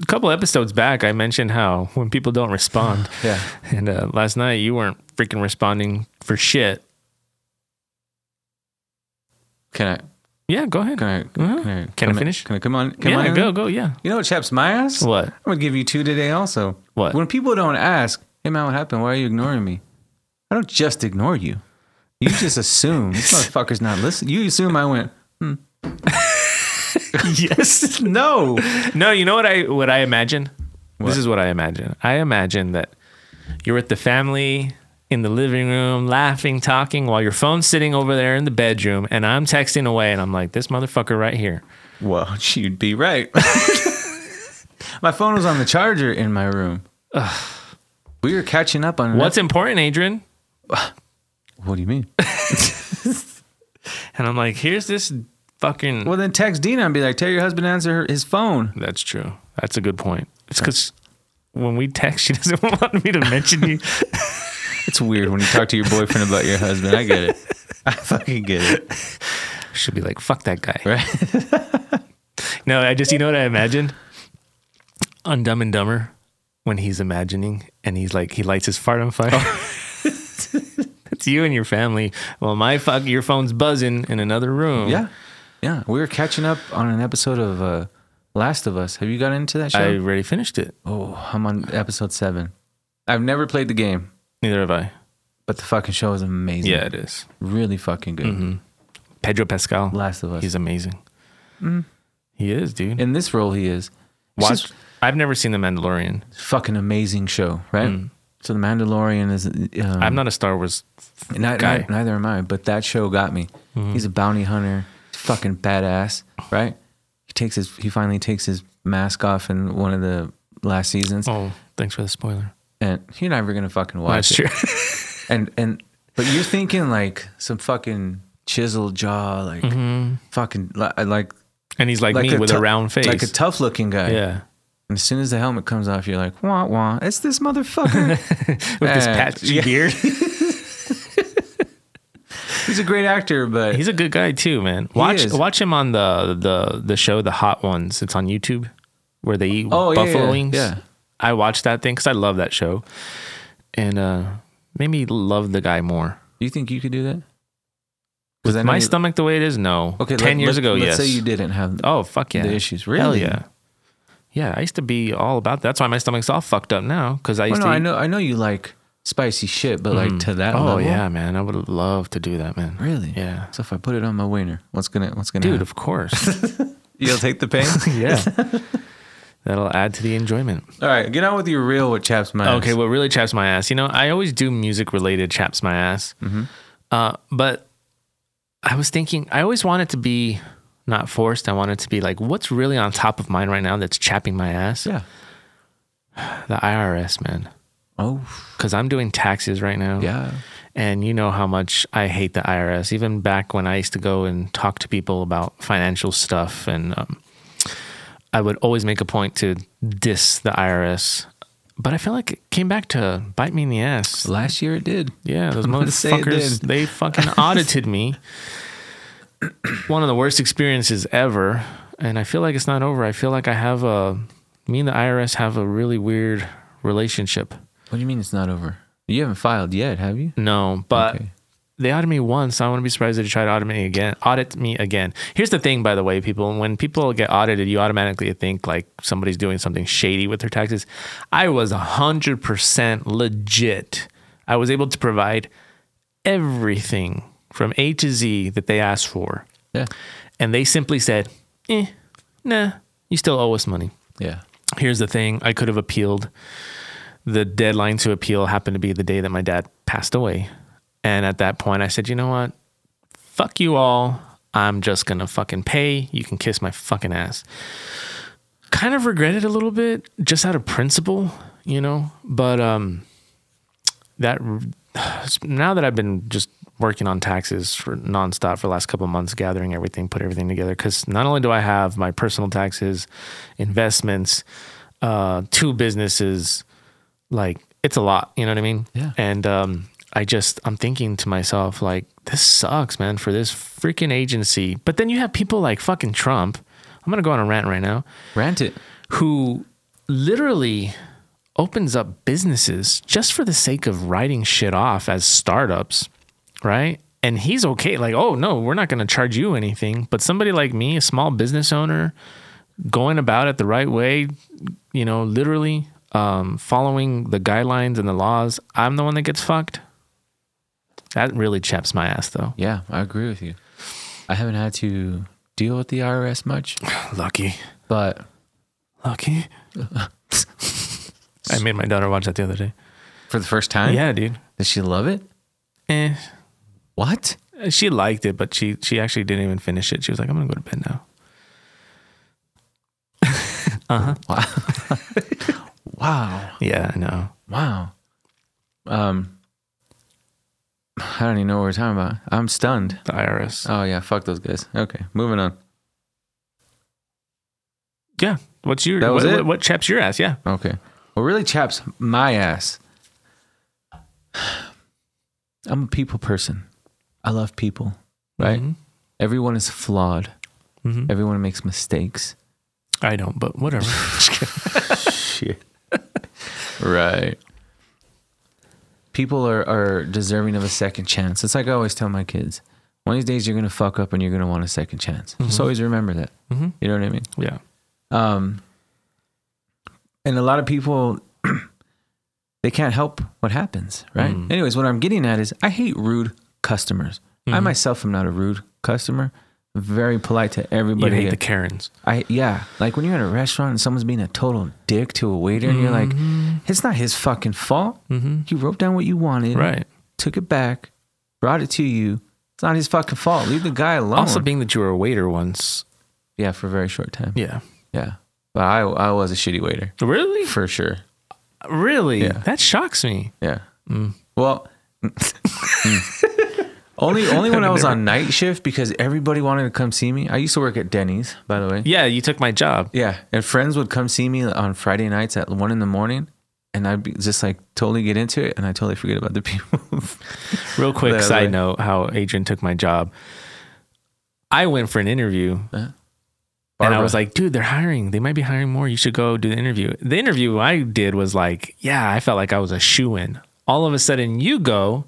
S1: a couple episodes back I mentioned how when people don't respond,
S2: Yeah.
S1: and uh, last night you weren't freaking responding for shit.
S2: Can I?
S1: Yeah, go ahead.
S2: Can I?
S1: Uh-huh.
S2: Can I,
S1: Can I
S2: come-
S1: finish?
S2: Can I come on? Come
S1: yeah,
S2: on in?
S1: go, go, yeah.
S2: You know what chaps my ass?
S1: What?
S2: I'm gonna give you two today also.
S1: What?
S2: When people don't ask, hey man, what happened? Why are you ignoring me? I don't just ignore you. You just assume this motherfucker's not listening. You assume I went, "Hmm."
S1: yes.
S2: no.
S1: No, you know what I what I imagine?
S2: What?
S1: This is what I imagine. I imagine that you're with the family in the living room, laughing, talking, while your phone's sitting over there in the bedroom, and I'm texting away, and I'm like, this motherfucker right here.
S2: Well, you'd be right. my phone was on the charger in my room. We were catching up on
S1: What's important, Adrian?
S2: What do you mean?
S1: And I'm like, here's this fucking.
S2: Well, then text Dina and be like, "Tell your husband to answer her, his phone."
S1: That's true. That's a good point. It's because when we text, she doesn't want me to mention you.
S2: It's weird when you talk to your boyfriend about your husband. I get it. I fucking get it.
S1: She'll be like, fuck that guy.
S2: Right?
S1: No, I just, you know what I imagine? On Dumb and Dumber, when he's imagining and he's like, he lights his fart on fire.
S2: Oh.
S1: That's you and your family. Well, my fuck, your phone's buzzing in another room.
S2: Yeah, yeah. We were catching up on an episode of uh, Last of Us. Have you got into that show?
S1: I already finished it.
S2: Oh, I'm on episode seven. I've never played the game,
S1: Neither have I.
S2: but the fucking show is amazing.
S1: Yeah, it is.
S2: really fucking good.
S1: Pedro Pascal.
S2: Last of Us.
S1: He's amazing. He is, dude.
S2: in this role, he is. Mm. It's
S1: Watch.
S2: just Mm.
S1: I've never seen The Mandalorian.
S2: a fucking amazing show, right? So the Mandalorian is. Um,
S1: Mm. I'm not a Star Wars
S2: ni- ni-
S1: guy. Mm-hmm.
S2: neither am I, but that show got me. He's a bounty hunter. He's fucking badass, right? He takes his. He finally takes his mask off in one of the last seasons,
S1: Oh, thanks for the spoiler.
S2: and you're never gonna fucking watch
S1: That's
S2: it.
S1: true.
S2: and and but you're thinking like some fucking chiseled jaw, like fucking li- uh, like
S1: and he's like,
S2: like
S1: me Mm-hmm. with
S2: tou-
S1: a round face.
S2: like a tough looking guy.
S1: yeah.
S2: And as soon as the helmet comes off, you're like, wah wah, it's this motherfucker.
S1: With his
S2: Eh,
S1: patchy
S2: yeah.
S1: beard.
S2: He's a great actor, but
S1: He's a good guy too, man. Watch
S2: is.
S1: watch him on the the the show The Hot Ones. It's on YouTube where they eat
S2: Oh, yeah,
S1: buffalo
S2: yeah,
S1: wings.
S2: yeah.
S1: I watched that thing cuz I love that show. And uh made me love the guy more.
S2: you think you could do that? 'Cause
S1: With
S2: I know
S1: my
S2: you-
S1: stomach the way it is, no.
S2: Okay,
S1: 10
S2: let-
S1: years
S2: let-
S1: ago,
S2: Let's
S1: yes.
S2: say you didn't have.
S1: oh, fuck yeah.
S2: the issues.
S1: Hell
S2: Really?
S1: yeah. Yeah, I used to be all about that's why my stomach's all fucked up now cuz I
S2: Well,
S1: used
S2: Oh, no,
S1: to
S2: I
S1: eat-
S2: know, I know you like spicy shit, but like to that
S1: Oh
S2: level.
S1: yeah, man. I would love to do that, man.
S2: Really?
S1: Yeah.
S2: So if I put it on my wiener, what's gonna what's gonna
S1: Dude,
S2: happen?
S1: of course.
S2: You'll take the pain.
S1: yeah. That'll add to the enjoyment.
S2: All right, get on with your real what chaps my ass.
S1: Okay, what really chaps my ass? You know, I always do music related chaps my ass.
S2: Mm-hmm.
S1: Uh, but I was thinking, I always want it to be not forced. I want it to be like, what's really on top of mind right now that's chapping my ass?
S2: Yeah.
S1: The IRS, man.
S2: Oh
S1: Because I'm doing taxes right now.
S2: yeah.
S1: And you know how much I hate the IRS. Even back when I used to go and talk to people about financial stuff, and um, I would always make a point to diss the IRS. But I feel like it came back to bite me in the ass.
S2: Last year it did.
S1: Yeah, those
S2: gonna say it
S1: motherfuckers,
S2: did.
S1: they fucking audited me. One of the worst experiences ever. And I feel like it's not over. I feel like I have a, me and the IRS have a really weird relationship.
S2: What do you mean it's not over? You haven't filed yet, have you?
S1: No, but
S2: Okay.
S1: they audited me once. I wouldn't be surprised if they try to audit me again. Audit me again. Here's the thing, by the way, people. When people get audited, you automatically think like somebody's doing something shady with their taxes. I was hundred percent legit. I was able to provide everything from A to Z that they asked for,
S2: Yeah.
S1: and they simply said, "Eh, nah, you still owe us money."
S2: Yeah.
S1: Here's the thing I could have appealed. The deadline to appeal happened to be the day that my dad passed away. And at that point, I said, you know what? fuck you all. I'm just gonna fucking pay. You can kiss my fucking ass. Kind of regret it a little bit, just out of principle, you know. But um, that now that I've been just working on taxes for nonstop for the last couple of months, gathering everything, put everything together. Because not only do I have my personal taxes, investments, uh, two businesses, like it's a lot. You know what I mean?
S2: Yeah.
S1: And um, I just I'm thinking to myself like, this sucks, man, for this freaking agency. But then you have people like fucking Trump. I'm gonna go on a rant right now
S2: Rant it.
S1: who literally opens up businesses just for the sake of writing shit off as startups, right? And he's okay, like, oh no, we're not going to charge you anything. But somebody like me, a small business owner, going about it the right way, you know, literally um, following the guidelines and the laws, I'm the one that gets fucked. That really chaps my ass, though.
S2: Yeah, I agree with you. I haven't had to deal with the IRS much,
S1: Lucky,
S2: but
S1: lucky. I made my daughter watch that the other day.
S2: for the first time,
S1: Yeah, dude.
S2: Did she love it?
S1: Eh,
S2: What?
S1: she liked it, but she she actually didn't even finish it. She was like, "I'm gonna go to bed now."
S2: Wow. wow.
S1: Yeah, I know.
S2: Wow. Um, I don't even know what we're talking about. I'm stunned.
S1: The IRS.
S2: Oh yeah, fuck those guys. Okay, moving on.
S1: yeah. What's your
S2: That was
S1: what,
S2: it?
S1: what, what chaps your ass? Yeah.
S2: Okay. What really chaps my ass? I'm a people person. I love people. Right. Everyone is flawed.
S1: Mm-hmm.
S2: Everyone makes mistakes.
S1: I don't, but whatever.
S2: Shit. right. People are, are deserving of a second chance. It's like I always tell my kids one of these days you're going to fuck up and you're going to want a second chance. Just always remember that.
S1: mm-hmm.
S2: You know what I mean?
S1: Yeah.
S2: Um, and a lot of people, they can't help what happens, right?
S1: Mm.
S2: Anyways, what I'm getting at is I hate rude customers. I
S1: Mhm.
S2: myself am not a rude customer. Very polite to
S1: You
S2: everybody.
S1: hate the Karens.
S2: I yeah, like when you're at a restaurant and someone's being a total dick to a waiter, and you're like, it's not his fucking fault.
S1: Mm-hmm.
S2: He wrote down what you wanted,
S1: Right.
S2: Took it back, brought it to you. It's not his fucking fault. Leave the guy alone.
S1: Also, being that you were a waiter once.
S2: yeah, for a very short time.
S1: Yeah.
S2: yeah. But I I was a shitty waiter.
S1: Really?
S2: For sure.
S1: Really?
S2: Yeah.
S1: That shocks me.
S2: Yeah. Well, mm. only only when I was on night shift because everybody wanted to come see me. I used to work at Denny's, by the way.
S1: Yeah, you took my job.
S2: Yeah, and friends would come see me on Friday nights at one in the morning, and I'd be just like totally get into it, and I totally forget about the people.
S1: Real quick
S2: Yeah,
S1: side
S2: like-
S1: note: How Adrian took my job. I went for an interview And I was like, dude, they're hiring. They might be hiring more. You should go do the interview. The interview I did was like, yeah, I felt like I was a shoe in. All of a sudden, you go,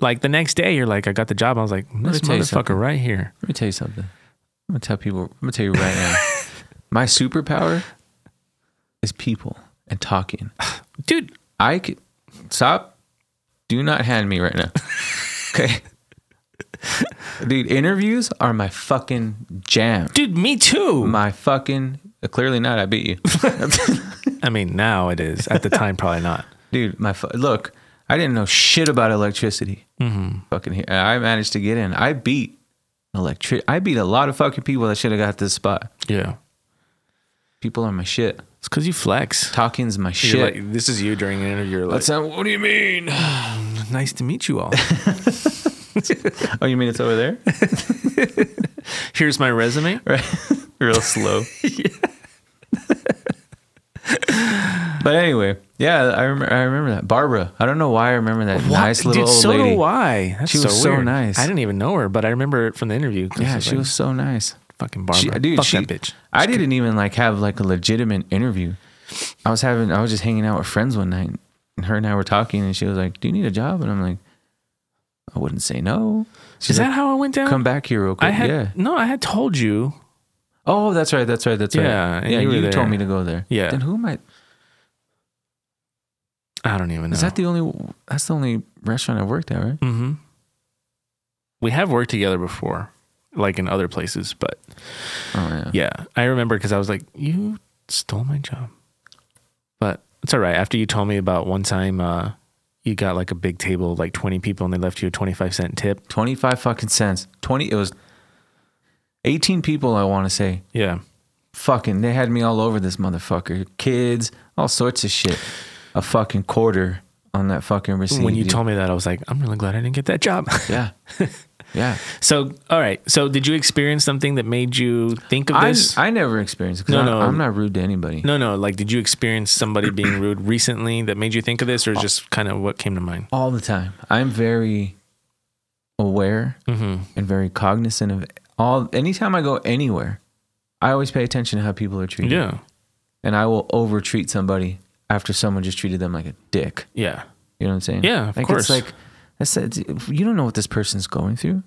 S1: like the next day, you're like, I got the job. I was like, this
S2: tell you
S1: motherfucker
S2: something.
S1: right here.
S2: let me tell you something. I'm gonna tell people. I'm gonna tell you right now. My superpower is people and talking.
S1: Dude,
S2: I could stop. Do not hand me right now. Okay. Dude, interviews are my fucking jam.
S1: dude, me too.
S2: My fucking clearly not. I beat you,
S1: I mean, now it is. At the time, probably not.
S2: dude. My fu- look. I didn't know shit about electricity. Fucking, he- I managed to get in. I beat electric. I beat a lot of fucking people that should have got this spot.
S1: Yeah.
S2: People are my shit.
S1: It's because you flex.
S2: Talking's my shit.
S1: You're like, this is you during an interview. You're like,
S2: That's not, what do you mean?
S1: nice to meet you all.
S2: oh, you mean it's over there?
S1: Here's my resume.
S2: real slow. but anyway, yeah, I, rem- I remember that Barbara. I don't know why I remember that
S1: What?
S2: nice little
S1: dude,
S2: old
S1: so
S2: lady.
S1: do I. That's
S2: She
S1: so
S2: was so
S1: weird.
S2: nice.
S1: I didn't even know her, but I remember it from the interview. 'cause
S2: Yeah,
S1: it's
S2: she
S1: like,
S2: was so nice.
S1: fucking
S2: She,
S1: Barbara.
S2: dude,
S1: Fuck
S2: she,
S1: that bitch.
S2: I didn't even like have like a legitimate interview. I was having, I was just hanging out with friends one night, and her and I were talking, and she was like, "Do you need a job?" And I'm like, "I wouldn't say no." She's
S1: Is
S2: like,
S1: that how it went down?
S2: "Come back here real quick."
S1: I had
S2: yeah.
S1: no, I had told you.
S2: Oh, that's right. That's right. That's right.
S1: Yeah, and
S2: Yeah.
S1: you
S2: You,
S1: were there.
S2: told me to go there.
S1: Yeah.
S2: Then who am I?
S1: I don't even know.
S2: Is that the only? That's the only restaurant I worked at, right?
S1: mm-hmm. We have worked together before, like in other places, but
S2: Oh yeah.
S1: yeah, I remember because I was like, "You stole my job," but it's all right. After you told me about one time, uh, you got like a big table, like 20 people, and they left you a 25 cent tip.
S2: 25 fucking cents. 20, it was 18 people, I want to say.
S1: Yeah.
S2: Fucking, they had me all over this motherfucker. Kids, all sorts of shit. A fucking quarter on that fucking receipt.
S1: When you
S2: dude.
S1: told me that, I was like, I'm really glad I didn't get that job.
S2: Yeah. Yeah.
S1: so, all right. So, did you experience something that made you think of
S2: I,
S1: this?
S2: I never experienced because
S1: No,
S2: I'm,
S1: no.
S2: I'm not rude to anybody.
S1: no, no. Like, did you experience somebody being rude recently that made you think of this, or just kind of what came to mind?
S2: All the time. I'm very aware
S1: Mm-hmm.
S2: and very cognizant of all. Anytime I go anywhere, I always pay attention to how people are treated.
S1: Yeah.
S2: And I will over treat somebody after someone just treated them like a dick.
S1: Yeah.
S2: You know what I'm saying?
S1: Yeah, of
S2: like,
S1: course.
S2: It's like I said, you don't know what this person's going through.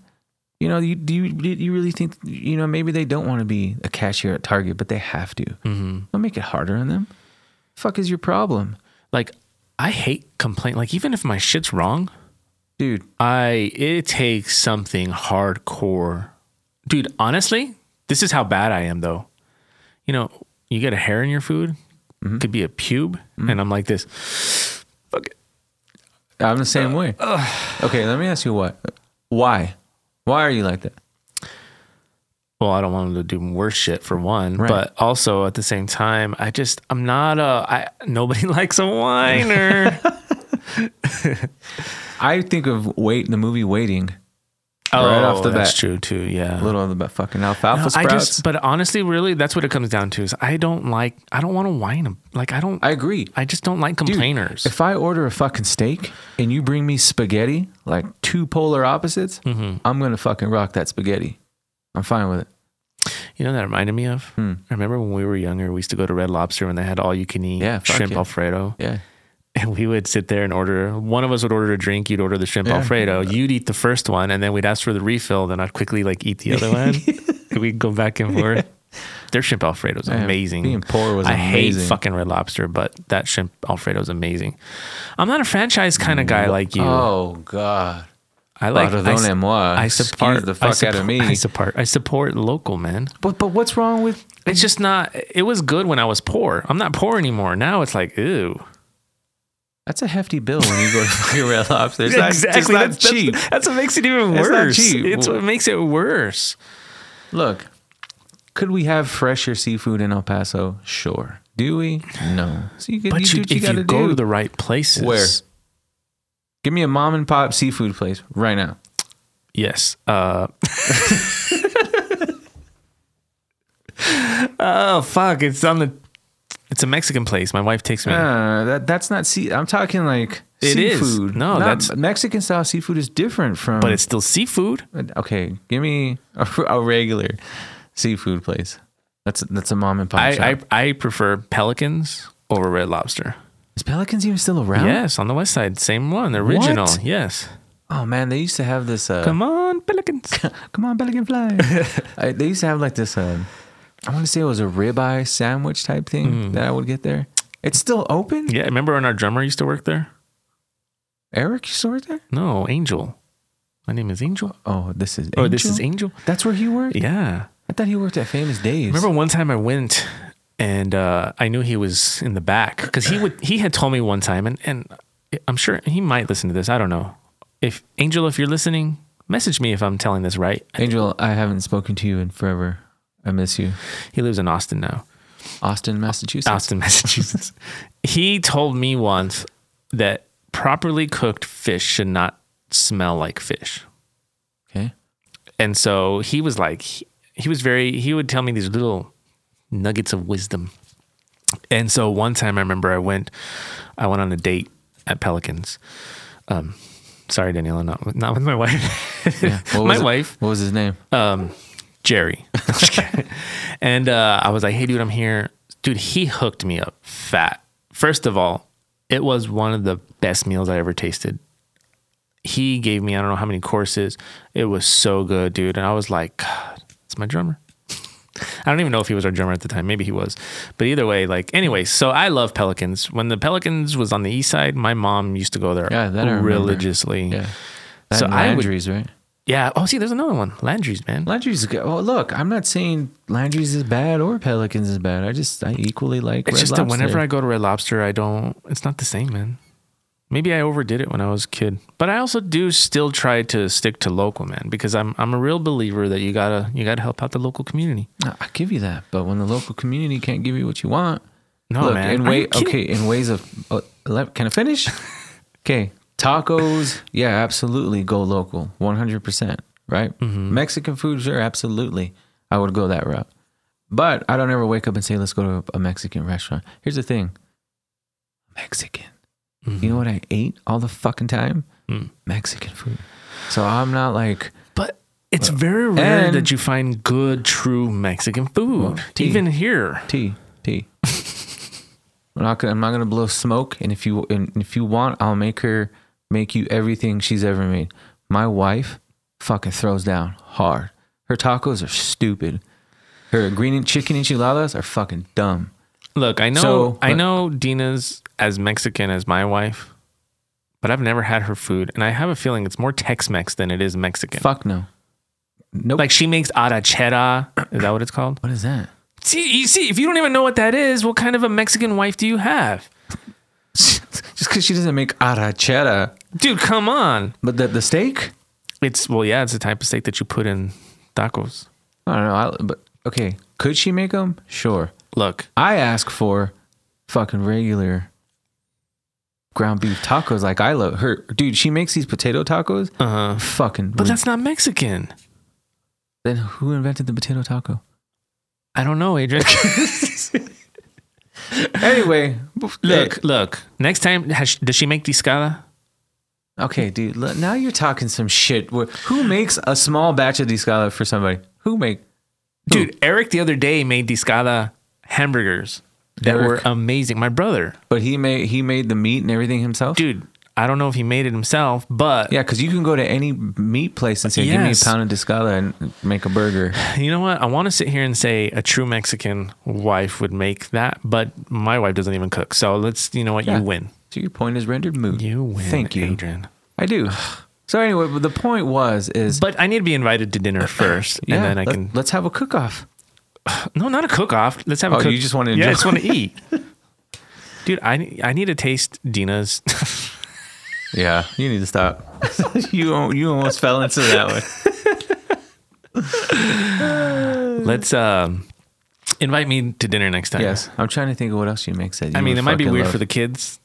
S2: You know, you do you, do you really think you know? Maybe they don't want to be a cashier at Target, but they have to.
S1: Mm-hmm.
S2: Don't make it harder on them. Fuck is your problem,
S1: Like, I hate complaint. Like, even if my shit's wrong,
S2: dude?
S1: I it takes something hardcore. Dude, honestly, this is how bad I am though. You know, you get a hair in your food, could be a pube, and I'm like this. Fuck it.
S2: I'm the same way.
S1: Uh,
S2: okay, let me ask you what? Why? Why are you like that?
S1: Well, I don't want them to do worse shit for one,
S2: Right.
S1: but also at the same time, I just I'm not a I nobody likes a whiner.
S2: I think of wait the movie Waiting, Right off the
S1: Oh, that's
S2: bat.
S1: true too. Yeah.
S2: a little of the fucking alfalfa
S1: I
S2: sprouts. I,
S1: just but honestly, really, that's what it comes down to is I don't like I don't want to whine. Like I don't I,
S2: agree.
S1: just don't like complainers.
S2: If I order a fucking steak and you bring me spaghetti, like two polar opposites,
S1: Mm-hmm.
S2: I'm gonna fucking rock that spaghetti. I'm fine with it.
S1: You know what that reminded me of?
S2: Hmm.
S1: I remember when we were younger, we used to go to Red Lobster when they had all you can eat
S2: Yeah, fuck
S1: shrimp
S2: yeah.
S1: Alfredo.
S2: Yeah.
S1: And we would sit there and order. One of us would order a drink, you'd order the shrimp
S2: Yeah.
S1: Alfredo. You'd eat the first one, and then we'd ask for the refill. Then I'd quickly like eat the other one. And we'd go back and forth. Their shrimp Alfredo is
S2: Man,
S1: amazing.
S2: being poor was
S1: I hate
S2: amazing.
S1: fucking Red Lobster, but that shrimp Alfredo is amazing. I'm not a franchise kind of guy like you.
S2: Oh God.
S1: I like I,
S2: Pardonnez
S1: su-
S2: moi.
S1: I
S2: Excuse
S1: support
S2: the fuck
S1: I support,
S2: out of me.
S1: I support I support local man.
S2: But but what's wrong with
S1: It's just not. It was good when I was poor. I'm not poor anymore. Now it's like, ew.
S2: that's a hefty bill when you go to fucking Red Lobster. It's not, it's not
S1: that's,
S2: cheap.
S1: That's, that's what makes it even
S2: It's
S1: worse.
S2: not
S1: It's,
S2: cheap.
S1: what makes it worse.
S2: Look, could we have fresher seafood in El Paso? Sure. Do we? No. So you, get,
S1: But
S2: you,
S1: you,
S2: do what you
S1: if
S2: gotta
S1: you go
S2: do.
S1: to the right places,
S2: Where? Give me a mom and pop seafood place right now.
S1: Yes. Uh, oh fuck! It's on the. It's a Mexican place. My wife takes me.
S2: Uh, that that's not sea. I'm talking like
S1: It is.
S2: seafood.
S1: No,
S2: Not-
S1: that's-
S2: Mexican style seafood is different from.
S1: but it's still seafood.
S2: okay. Give me a, a regular seafood place. That's that's a mom and pop shop.
S1: I, I I prefer pelicans over red lobster.
S2: is Pelicans even still around?
S1: Yes, on the west side, same one, the original.
S2: What?
S1: Yes.
S2: Oh man, they used to have this. Uh,
S1: Come on, pelicans.
S2: Come on, Pelican Fly. I, they used to have like this. Um, I want to say it was a ribeye sandwich type thing that I would get there. It's still open.
S1: Hmm. Yeah, remember when our drummer used to work there?
S2: Eric, you still work there?
S1: No, Angel. My name is Angel.
S2: Oh, this is.
S1: Oh, this is Angel.
S2: That's where he worked.
S1: Yeah.
S2: I thought he worked at Famous Days.
S1: Remember one time I went and uh, I knew he was in the back because he would he had told me one time and and I'm sure he might listen to this. I don't know if Angel, if you're listening, message me if I'm telling this right.
S2: Angel, I haven't spoken to you in forever. I miss you,
S1: He lives in Austin now.
S2: Austin, Massachusetts.
S1: Austin, Massachusetts. he told me once that properly cooked fish should not smell like fish.
S2: Okay.
S1: And so he was like, he, he was very, he would tell me these little nuggets of wisdom. And so one time I remember I went, I went on a date at Pelicans. Um, sorry, Daniela, not, with- not with my wife.
S2: Yeah. What
S1: my
S2: was it-
S1: wife,
S2: What was his name?
S1: um, Jerry. and uh, I was like, hey, dude, I'm here. Dude, he hooked me up fat. First of all, it was one of the best meals I ever tasted. He gave me, I don't know how many courses. It was so good, dude. And I was like, God, it's my drummer. I don't even know if he was our drummer at the time. Maybe he was. But either way, like, anyway, so I love Pelicans. When the Pelicans was on the east side, my mom used to go there
S2: Yeah, that I remember.
S1: religiously.
S2: yeah. That
S1: So
S2: and
S1: I would-
S2: Landry's, right?
S1: yeah. Oh, see, there's another one Landry's, man.
S2: Landry's. Good. Oh, look, I'm not saying Landry's is bad or Pelicans is bad. I just I equally like.
S1: It's
S2: Red
S1: just that
S2: Lobster.
S1: whenever I go to Red Lobster, I don't. It's not the same, man. Maybe I overdid it when I was a kid, but I also do still try to stick to local, man, because I'm I'm a real believer that you gotta you gotta help out the local community.
S2: I I give you that, but when the local community can't give you what you want,
S1: No,
S2: look
S1: man.
S2: in
S1: Are you
S2: way
S1: kidding?
S2: okay in ways of uh, ele- can I finish? okay, tacos, yeah, absolutely, go local, one hundred percent, right?
S1: Mm-hmm.
S2: Mexican food, sure, absolutely, I would go that route, but I don't ever wake up and say let's go to a Mexican restaurant. Here's the thing, Mexican. You know what I ate all the fucking time?
S1: Mm-hmm. Mm.
S2: Mexican food. So I'm not like
S1: But it's very rare
S2: and-
S1: that you find good, true Mexican food,
S2: tea.
S1: even here.
S2: T T. I'm not gonna, I'm not gonna blow smoke. And if you and if you want, I'll make her make you everything she's ever made. My wife fucking throws down hard. Her tacos are stupid. Her green and chicken enchiladas are fucking dumb.
S1: Look, I know,
S2: So,
S1: I
S2: but-
S1: know Dina's as Mexican as my wife, but I've never had her food, and I have a feeling it's more Tex-Mex than it is Mexican.
S2: Fuck no. Nope.
S1: Like she makes arachera. Is that what it's called?
S2: what is that?
S1: See, you see, if you don't even know what that is, what kind of a Mexican wife do you have,
S2: Just because she doesn't make arachera,
S1: dude? Come on.
S2: but the the steak.
S1: It's well, yeah, it's the type of steak that you put in tacos.
S2: I don't know. I, but okay, could she make them? Sure.
S1: Look,
S2: I ask for fucking regular ground beef tacos like I love her dude she makes these potato tacos
S1: uh,
S2: fucking
S1: but that's not Mexican.
S2: then who invented the potato taco
S1: I don't know, Adrian.
S2: anyway
S1: look, look. Next time, has she- does she make discada?
S2: okay dude look, now you're talking some shit Wh- who makes a small batch of discala for somebody who make
S1: Dude, Eric the other day made discada hamburgers that
S2: Eric.
S1: were amazing. My brother,
S2: but he made he made the meat and everything himself
S1: dude. I don't know if he made it himself, but
S2: yeah because you can go to any meat place and say give me a
S1: Yes.
S2: pound of discala and make a burger
S1: you know what? I want to sit here and say a true Mexican wife would make that, but my wife doesn't even cook. So let's, you know what?
S2: Yeah.
S1: You win.
S2: so your point is rendered moot
S1: You win.
S2: thank you
S1: Adrian.
S2: I do so anyway but the point was is
S1: But I need to be invited to dinner first,
S2: Yeah,
S1: and then I
S2: let-
S1: can.
S2: Let's have a cook off.
S1: No, not a cook off. Let's have. a
S2: Oh,
S1: cook-
S2: you just wanna
S1: Yeah, I
S2: enjoy-
S1: just want to eat. Dude, I I need to taste Dina's.
S2: Yeah, you need to stop. you al- you almost fell into that one.
S1: Let's um, invite me to dinner next time.
S2: Yes, I'm trying to think of what else you make. That you
S1: I mean,
S2: would
S1: it might be
S2: fucking
S1: weird
S2: love.
S1: for the kids.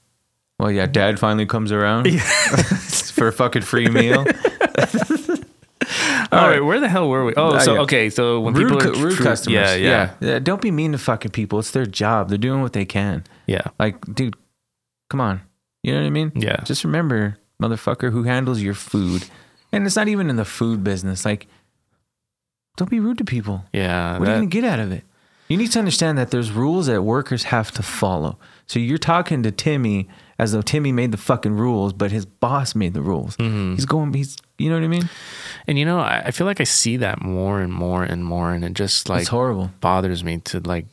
S2: Well, yeah, Dad finally comes around for a fucking free meal.
S1: All right, where the hell were we? Oh,
S2: Uh,
S1: so
S2: yeah.
S1: okay, so when
S2: Rude,
S1: people are
S2: cu- rude
S1: true-
S2: customers.
S1: yeah, yeah,
S2: yeah. Don't be mean to fucking people. It's their job. They're doing what they can.
S1: yeah,
S2: Like, dude, come on. You know what I mean?
S1: Yeah.
S2: Just remember, motherfucker, who handles your food. And it's not even in the food business. Like, don't be rude to people.
S1: yeah.
S2: What
S1: that-
S2: are you going to get out of it? You need to understand that there's rules that workers have to follow. So you're talking to Timmy as though Timmy made the fucking rules, but his boss made the rules.
S1: Hmm.
S2: He's going, he's, you know what I mean?
S1: mm-hmm. And you know, I, I feel like I see that more and more and more, and it just like
S2: it's horrible.
S1: bothers me to like,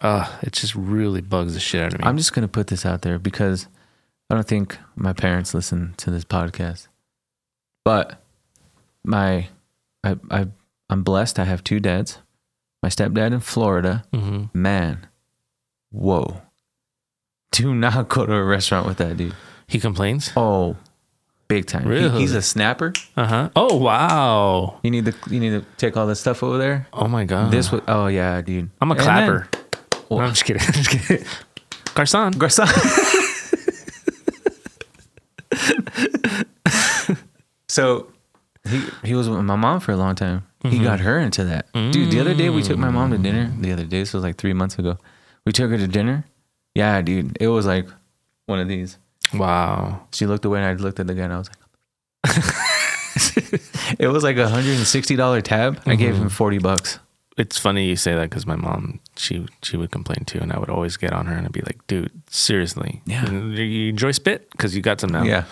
S1: uh, it just really bugs the shit out of me.
S2: I'm just going to put this out there because I don't think my parents listen to this podcast. But my, I, I, I'm blessed. I have two dads. My stepdad in Florida,
S1: Mhm.
S2: man, whoa. Do not go to a restaurant with that dude.
S1: He complains.
S2: Oh, big time. He-
S1: Really?
S2: he's a snapper.
S1: Uh huh. Oh wow.
S2: You need to you need to take all this stuff over there.
S1: Oh my god.
S2: This was oh yeah, dude.
S1: I'm a
S2: And
S1: clapper.
S2: Well-
S1: No, I'm just kidding. I'm just kidding. Garcon.
S2: then- Garcon. so he he was with my mom for a long time.
S1: Mm-hmm.
S2: He got her into that. Dude, the other day we took my mom to dinner. The other day, this was like three months ago. We took her to dinner. Yeah, dude. It was like one of these.
S1: Wow.
S2: She looked away and I looked at the guy and I was like, it was like a hundred and sixty dollar tab. I gave
S1: Mm-hmm.
S2: him forty bucks.
S1: It's funny you say that because my mom, she she would complain too, and I would always get on her and I'd be like, "Dude, seriously,
S2: Yeah.
S1: you, you enjoy spit because you got some now."
S2: Yeah,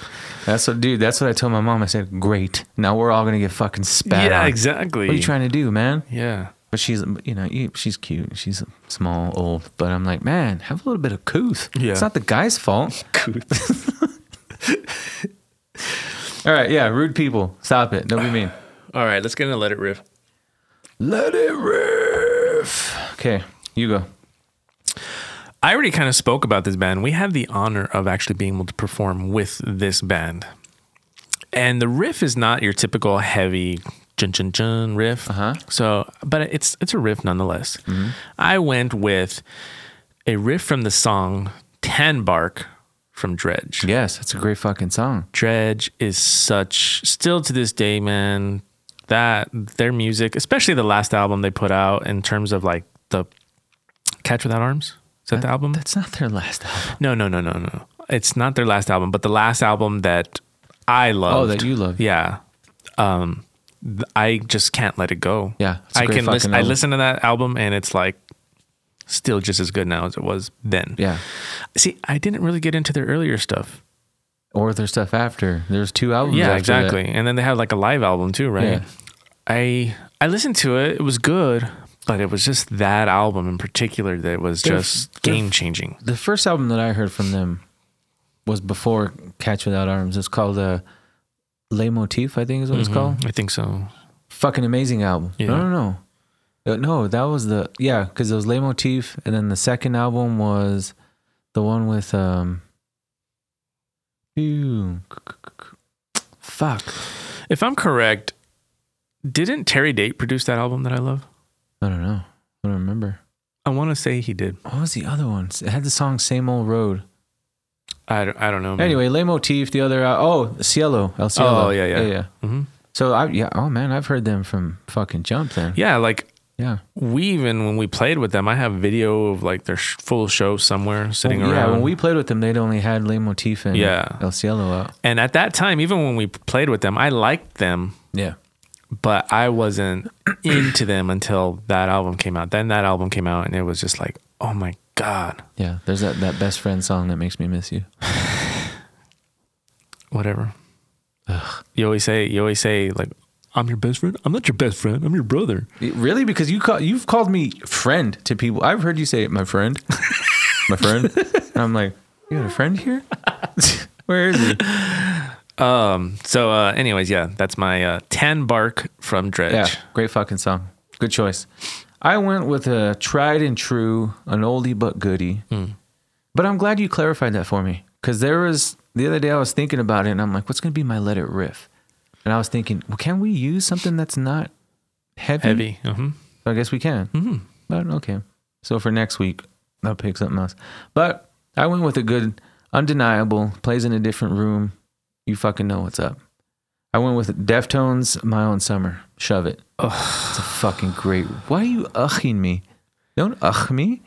S2: that's what, dude. That's what I told my mom. I said, "Great, now we're all gonna get fucking spat
S1: yeah,
S2: on."
S1: exactly.
S2: What are you trying to do, man?
S1: Yeah.
S2: But she's, you know, you- she's cute. She's small, old. But I'm like, man, have a little bit of couth.
S1: Yeah.
S2: it's not the guy's fault. All right, yeah, rude people, stop it. Don't be mean.
S1: All right, let's get into let it riff.
S2: Let it riff. Okay, you go.
S1: I already kind of spoke about this band. We had the honor of actually being able to perform with this band. And the riff is not your typical heavy chun chun chun riff.
S2: Uh-huh.
S1: So, but it's it's a riff nonetheless. I went with a riff from the song Tan Bark from Dredge.
S2: Yes, that's a great fucking song.
S1: Dredge is such still to this day, man. That their music, especially the last album they put out, in terms of like the Catch Without Arms, is that, the album?
S2: That's not their last album.
S1: No, no, no, no, no. It's not their last album, but the last album that I love.
S2: Oh, that you loved.
S1: Yeah. Um, th- I just can't let it go.
S2: Yeah, it's a
S1: I
S2: great
S1: can listen.
S2: fucking
S1: I
S2: album.
S1: listen to that album and it's like still just as good now as it was then.
S2: Yeah.
S1: See, I didn't really get into their earlier stuff.
S2: Or their stuff after. There's two albums.
S1: yeah,
S2: after
S1: exactly. And then they had like a live album too, right?
S2: Yeah.
S1: I I listened to it. It was good, but it was just that album in particular that was
S2: They're-
S1: just
S2: they're-
S1: game changing.
S2: That. The first album that I heard from them was before Catch Without Arms. It's called uh, Le Motif, I think is what it's called.
S1: Mm-hmm. I think so.
S2: Fucking amazing album.
S1: Yeah.
S2: No, no, no. Uh, No, that was the, yeah, because it was Le Motif. And then the second album was the one with, um, ew, fuck.
S1: If I'm correct, didn't Terry Date produce that album that I love?
S2: I don't know. I don't remember.
S1: I want to say he did.
S2: What was the other one? It had the song Same Old Road.
S1: I don't, I don't know. Oh, man.
S2: Anyway, Le Motif, the other, uh, oh, Cielo, El Cielo.
S1: Oh, yeah, yeah.
S2: yeah. yeah.
S1: Mhm.
S2: So I, yeah, oh man, I've heard them from fucking Jump then.
S1: yeah, like
S2: Yeah.
S1: we even when we played with them, I have video of like their sh- full show somewhere sitting
S2: Well,
S1: around.
S2: yeah, when we played with them, they'd only had Le Motif and
S1: Yeah.
S2: El Cielo out.
S1: and at that time, even when we played with them, I liked them,
S2: Yeah.
S1: but I wasn't into them until that album came out. Then that album came out, and it was just like, oh my god,
S2: Yeah. There's that, that best friend song that makes me miss you.
S1: whatever. You always say, you always say like, I'm your best friend. I'm not your best friend. I'm your brother.
S2: It- really? Because you call, you've called me friend to people. I've heard you say my friend. my friend. And I'm like, you got a friend here? Where is he?
S1: Um. So, uh, anyways, yeah, that's my uh, ten bark from Dredge.
S2: Yeah, great fucking song. Good choice. I went with a tried and true, an oldie but goodie. But I'm glad you clarified that for me because there was the other day I was thinking about it and I'm like, what's going to be my Let It riff? And I was thinking, well, can we use something that's not heavy?
S1: Heavy. hmm
S2: So I guess we can. Mm-hmm. But okay. So for next week, I'll pick something else. But I went with a good, undeniable, plays in a different room. You fucking know what's up. I went with Deftones, My Own Summer. Shove it. It's a fucking great. Why are you ughing me? Don't ugh me.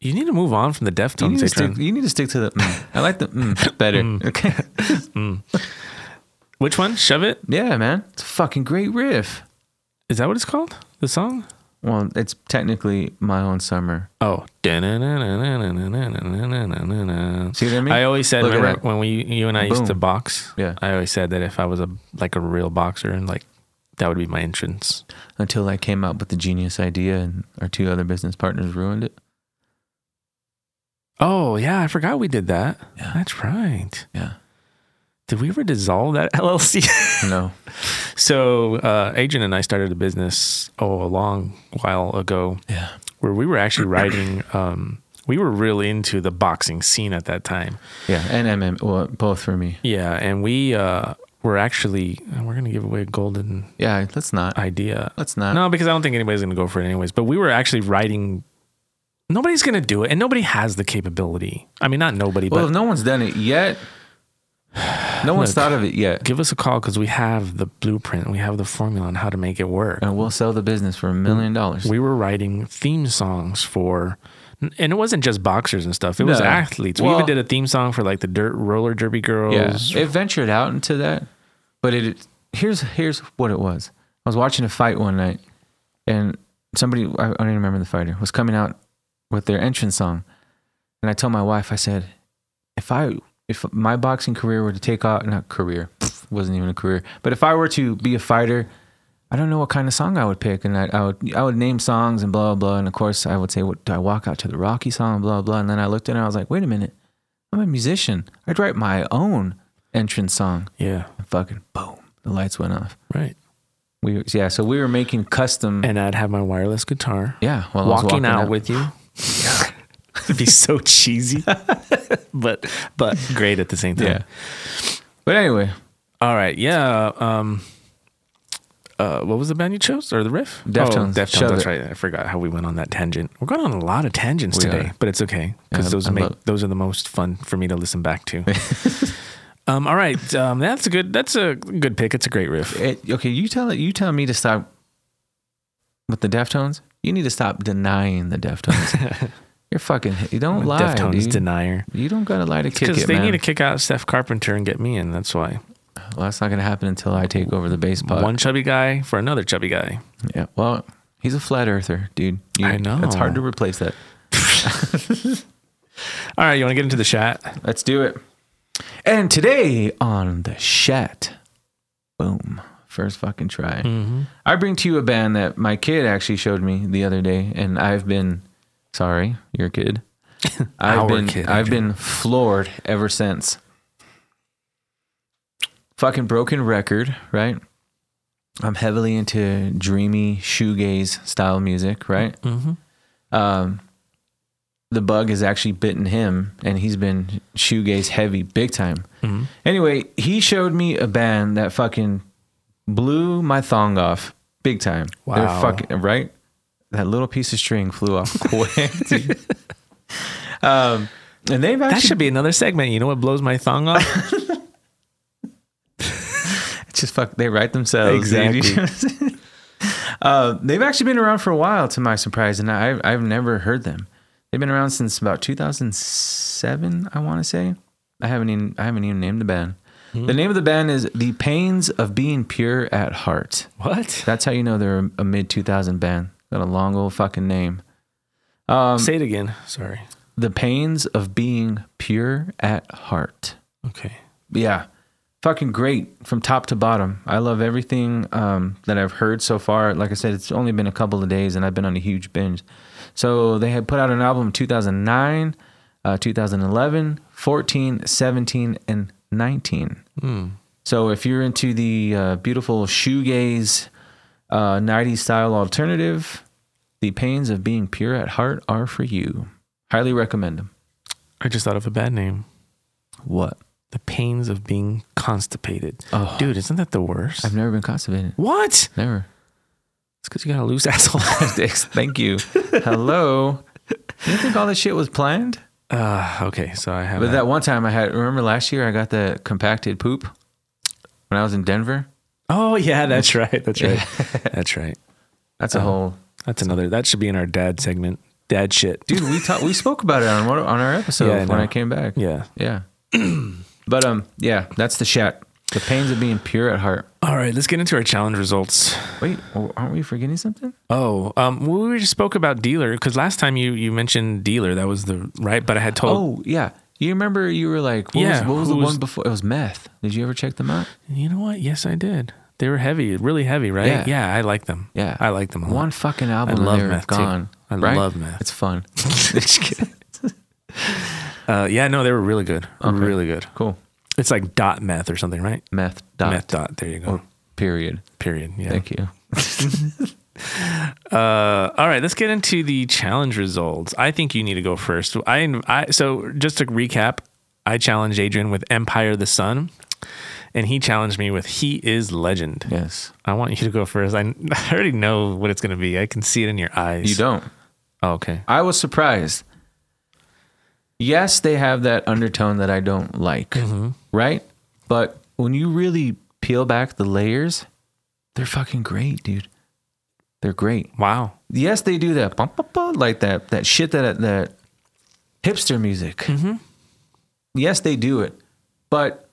S1: You need to move on from the
S2: You need,
S1: Deftones,
S2: to stick,
S1: Adrian.
S2: you need to stick to the. Mm. I like the mm better. Okay.
S1: Mm. Which one? Shove It?
S2: Yeah, man. It's a fucking great riff.
S1: Is that what it's called? The song?
S2: Well, it's technically my own summer.
S1: Oh. See what
S2: See what I
S1: I
S2: mean?
S1: I always said,
S2: Look at
S1: remember
S2: that.
S1: when we, you and I used to
S2: Boom.
S1: box?
S2: Yeah.
S1: I always said that if I was a like a real boxer and like that would be my entrance.
S2: until I came up with the genius idea and our two other business partners ruined it.
S1: Oh yeah, I forgot we did that.
S2: Yeah.
S1: That's right.
S2: Yeah.
S1: Did we ever dissolve that LLC?
S2: No.
S1: so uh, Adrian and I started a business oh a long while ago.
S2: Yeah.
S1: where we were actually writing. Um, we were really into the boxing scene at that time.
S2: Yeah. And MM, well, both for me.
S1: Yeah, and we uh, were actually uh, we're gonna give away a golden
S2: Yeah. Let's not.
S1: idea.
S2: let's not.
S1: No, because I don't think anybody's gonna go for it anyways. But we were actually writing. Nobody's gonna do it, and nobody has the capability. I mean, not nobody,
S2: well,
S1: but
S2: no one's done it yet. No one's
S1: Look.
S2: thought of it yet.
S1: give us a call because we have the blueprint, we have the formula on how to make it work.
S2: And we'll sell the business for a million dollars.
S1: We were writing theme songs for, and it wasn't just boxers and stuff. It was
S2: No.
S1: athletes. we
S2: Well-
S1: even did a theme song for like the dirt roller derby girls.
S2: Yeah. It ventured out into that, but it, it- here's here's what it was. I was watching a fight one night, and somebody I, I don't even remember the fighter was coming out with their entrance song, and I told my wife, I said, if I if my boxing career were to take off, not career, pff, wasn't even a career, but if I were to be a fighter. I don't know what kind of song I would pick, and I, I would I would name songs and blah blah blah, and of course I would say, "What do I walk out to the Rocky song?" Blah blah, and then I looked at it, and I was like, "Wait a minute, I'm a musician. I'd write my own entrance song.
S1: Yeah.
S2: And fucking boom, the lights went off.
S1: Right.
S2: We were- yeah, so we were making custom.
S1: And I'd have my wireless guitar
S2: yeah, while I was
S1: walking, out, with you. to be so cheesy, but but great at the same time.
S2: Yeah. But anyway,
S1: All right. Yeah. Um. Uh, what was the band you chose or the riff?
S2: Deftones.
S1: Oh, Deftones.
S2: Shove
S1: that's
S2: it.
S1: right. I forgot how we went on that tangent. We're going on a lot of tangents
S2: We
S1: today,
S2: are.
S1: but it's okay because
S2: Yeah,
S1: those
S2: I
S1: make
S2: love-
S1: those are the most fun for me to listen back to. um. All right. Um. That's a good. That's a good pick. It's a great riff.
S2: it, okay, you tell you tell me to stop with the Deftones. You need to stop denying the Deftones. You're fucking. You don't
S1: I'm a
S2: lie,
S1: Deftones
S2: dude.
S1: denier.
S2: you don't gotta lie to kick
S1: Because
S2: it,
S1: they
S2: man.
S1: need to kick out Steph Carpenter and get me in. That's why.
S2: well, that's not gonna happen until I take over the bass pod.
S1: One chubby guy for another chubby guy.
S2: Yeah. Well, he's a flat earther, dude. You,
S1: I know.
S2: It's hard to replace that.
S1: All right. You want to get into the chat?
S2: Let's do it. And today on the chat, boom, first fucking try.
S1: Hmm.
S2: I bring to you a band that my kid actually showed me the other day, and I've been sorry, your kid. I've
S1: Our
S2: been
S1: kid,
S2: I've
S1: Adrian.
S2: been floored ever since. Fucking broken record, right? I'm heavily into dreamy shoegaze style music, right?
S1: Mm-hmm.
S2: um, the bug has actually bitten him, and he's been shoegaze heavy big time.
S1: Mhm.
S2: Anyway, he showed me a band that fucking blew my thong off big time. They're
S1: Wow.
S2: fucking right. That little piece of string flew off quick. dude. um, and they've
S1: That
S2: actually
S1: should be another segment. You know what blows my thong off?
S2: just fuck. They write themselves. dude. uh, they've actually been around for a while, to my surprise, and I, I've never heard them. They've been around since about 2007, I want to say. I haven't even I haven't even named the band. The name of the band is The Pains of Being Pure at Heart.
S1: What?
S2: That's how you know they're a, a mid 2000 band. Got a long old fucking name. Um,
S1: Say it again. Sorry.
S2: the Pains of Being Pure at Heart.
S1: Okay.
S2: Yeah. Fucking great from top to bottom. I love everything um, that I've heard so far. Like I said, it's only been a couple of days and I've been on a huge binge. So they had put out an album in 2009, uh, 2011, 14, 17, and 19. So if you're into the uh, beautiful shoegaze, uh, 90s style alternative, the pains of being pure at heart are for you. Highly recommend them.
S1: I just thought of a bad name.
S2: What?
S1: The pains of being constipated.
S2: Oh.
S1: Dude, isn't that the worst?
S2: I've never been constipated.
S1: what? It's
S2: Never.
S1: because you got a loose asshole.
S2: Dicks. Thank you. Hello. You think all this shit was planned?
S1: uh, okay, so I have.
S2: But
S1: that.
S2: that one time I had, remember last year I got the compacted poop when I was in Denver?
S1: Oh yeah, that's right. That's right. that's right.
S2: That's a
S1: Uh-huh.
S2: whole.
S1: That's another. That should be in our dad segment. Dad shit.
S2: Dude, we talked, we spoke about it on one, on our episode
S1: Yeah, I
S2: when
S1: know.
S2: I came back.
S1: Yeah.
S2: Yeah. but um, yeah, that's the chat. The pains of being pure at heart.
S1: All right, let's get into our challenge results.
S2: Wait, oh, aren't we forgetting something?
S1: Oh, um, well, we just spoke about dealer because last time you you mentioned dealer. That was the right, but I had told.
S2: Oh, yeah. You remember you were like, what
S1: Yeah,
S2: was, what was the
S1: who's-
S2: one before? It was meth. Did you ever check them out?
S1: You know what? Yes, I did. They were heavy, really heavy, right?
S2: Yeah.
S1: Yeah, I like them.
S2: Yeah.
S1: I like them a lot.
S2: One fucking album. and
S1: love
S2: they were
S1: meth, too.
S2: gone.
S1: I
S2: right?
S1: love meth.
S2: It's fun.
S1: Just kidding. uh, yeah, no, they were really good. Really good.
S2: Cool.
S1: It's like dot meth or something, right?
S2: Meth dot.
S1: Meth dot. There you go.
S2: Or period.
S1: Period. Yeah.
S2: Thank you.
S1: Uh, all right, let's get into the challenge results. I think you need to go first. I, I so just to recap, I challenged Adrian with Empire of the Sun, and he challenged me with He Is Legend.
S2: Yes.
S1: I want you to go first. I, I already know what it's going to be. I can see it in your eyes.
S2: You don't.
S1: Oh, okay.
S2: I was surprised. Yes, they have that undertone that I don't like, right? But when you really peel back the layers, they're fucking great, dude. They're great.
S1: Wow.
S2: Yes, they do that, bum, bum, bum, like that, that shit that that hipster music.
S1: Mm-hmm.
S2: Yes, they do it, but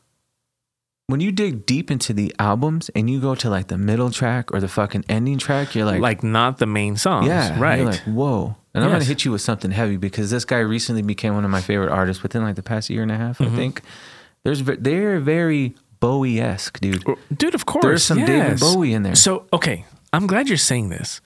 S2: when you dig deep into the albums and you go to like the middle track or the fucking ending track, you're like,
S1: like not the main songs.
S2: Yeah. and
S1: right.
S2: You're like, whoa. And I'm gonna
S1: Yes.
S2: hit you with something heavy because this guy recently became one of my favorite artists within like the past year and a half,
S1: Mm-hmm.
S2: I think. There's ve- they're very Bowie esque, dude.
S1: Dude, of course.
S2: There's some David
S1: yes.
S2: Bowie in there.
S1: So, okay, I'm glad you're saying this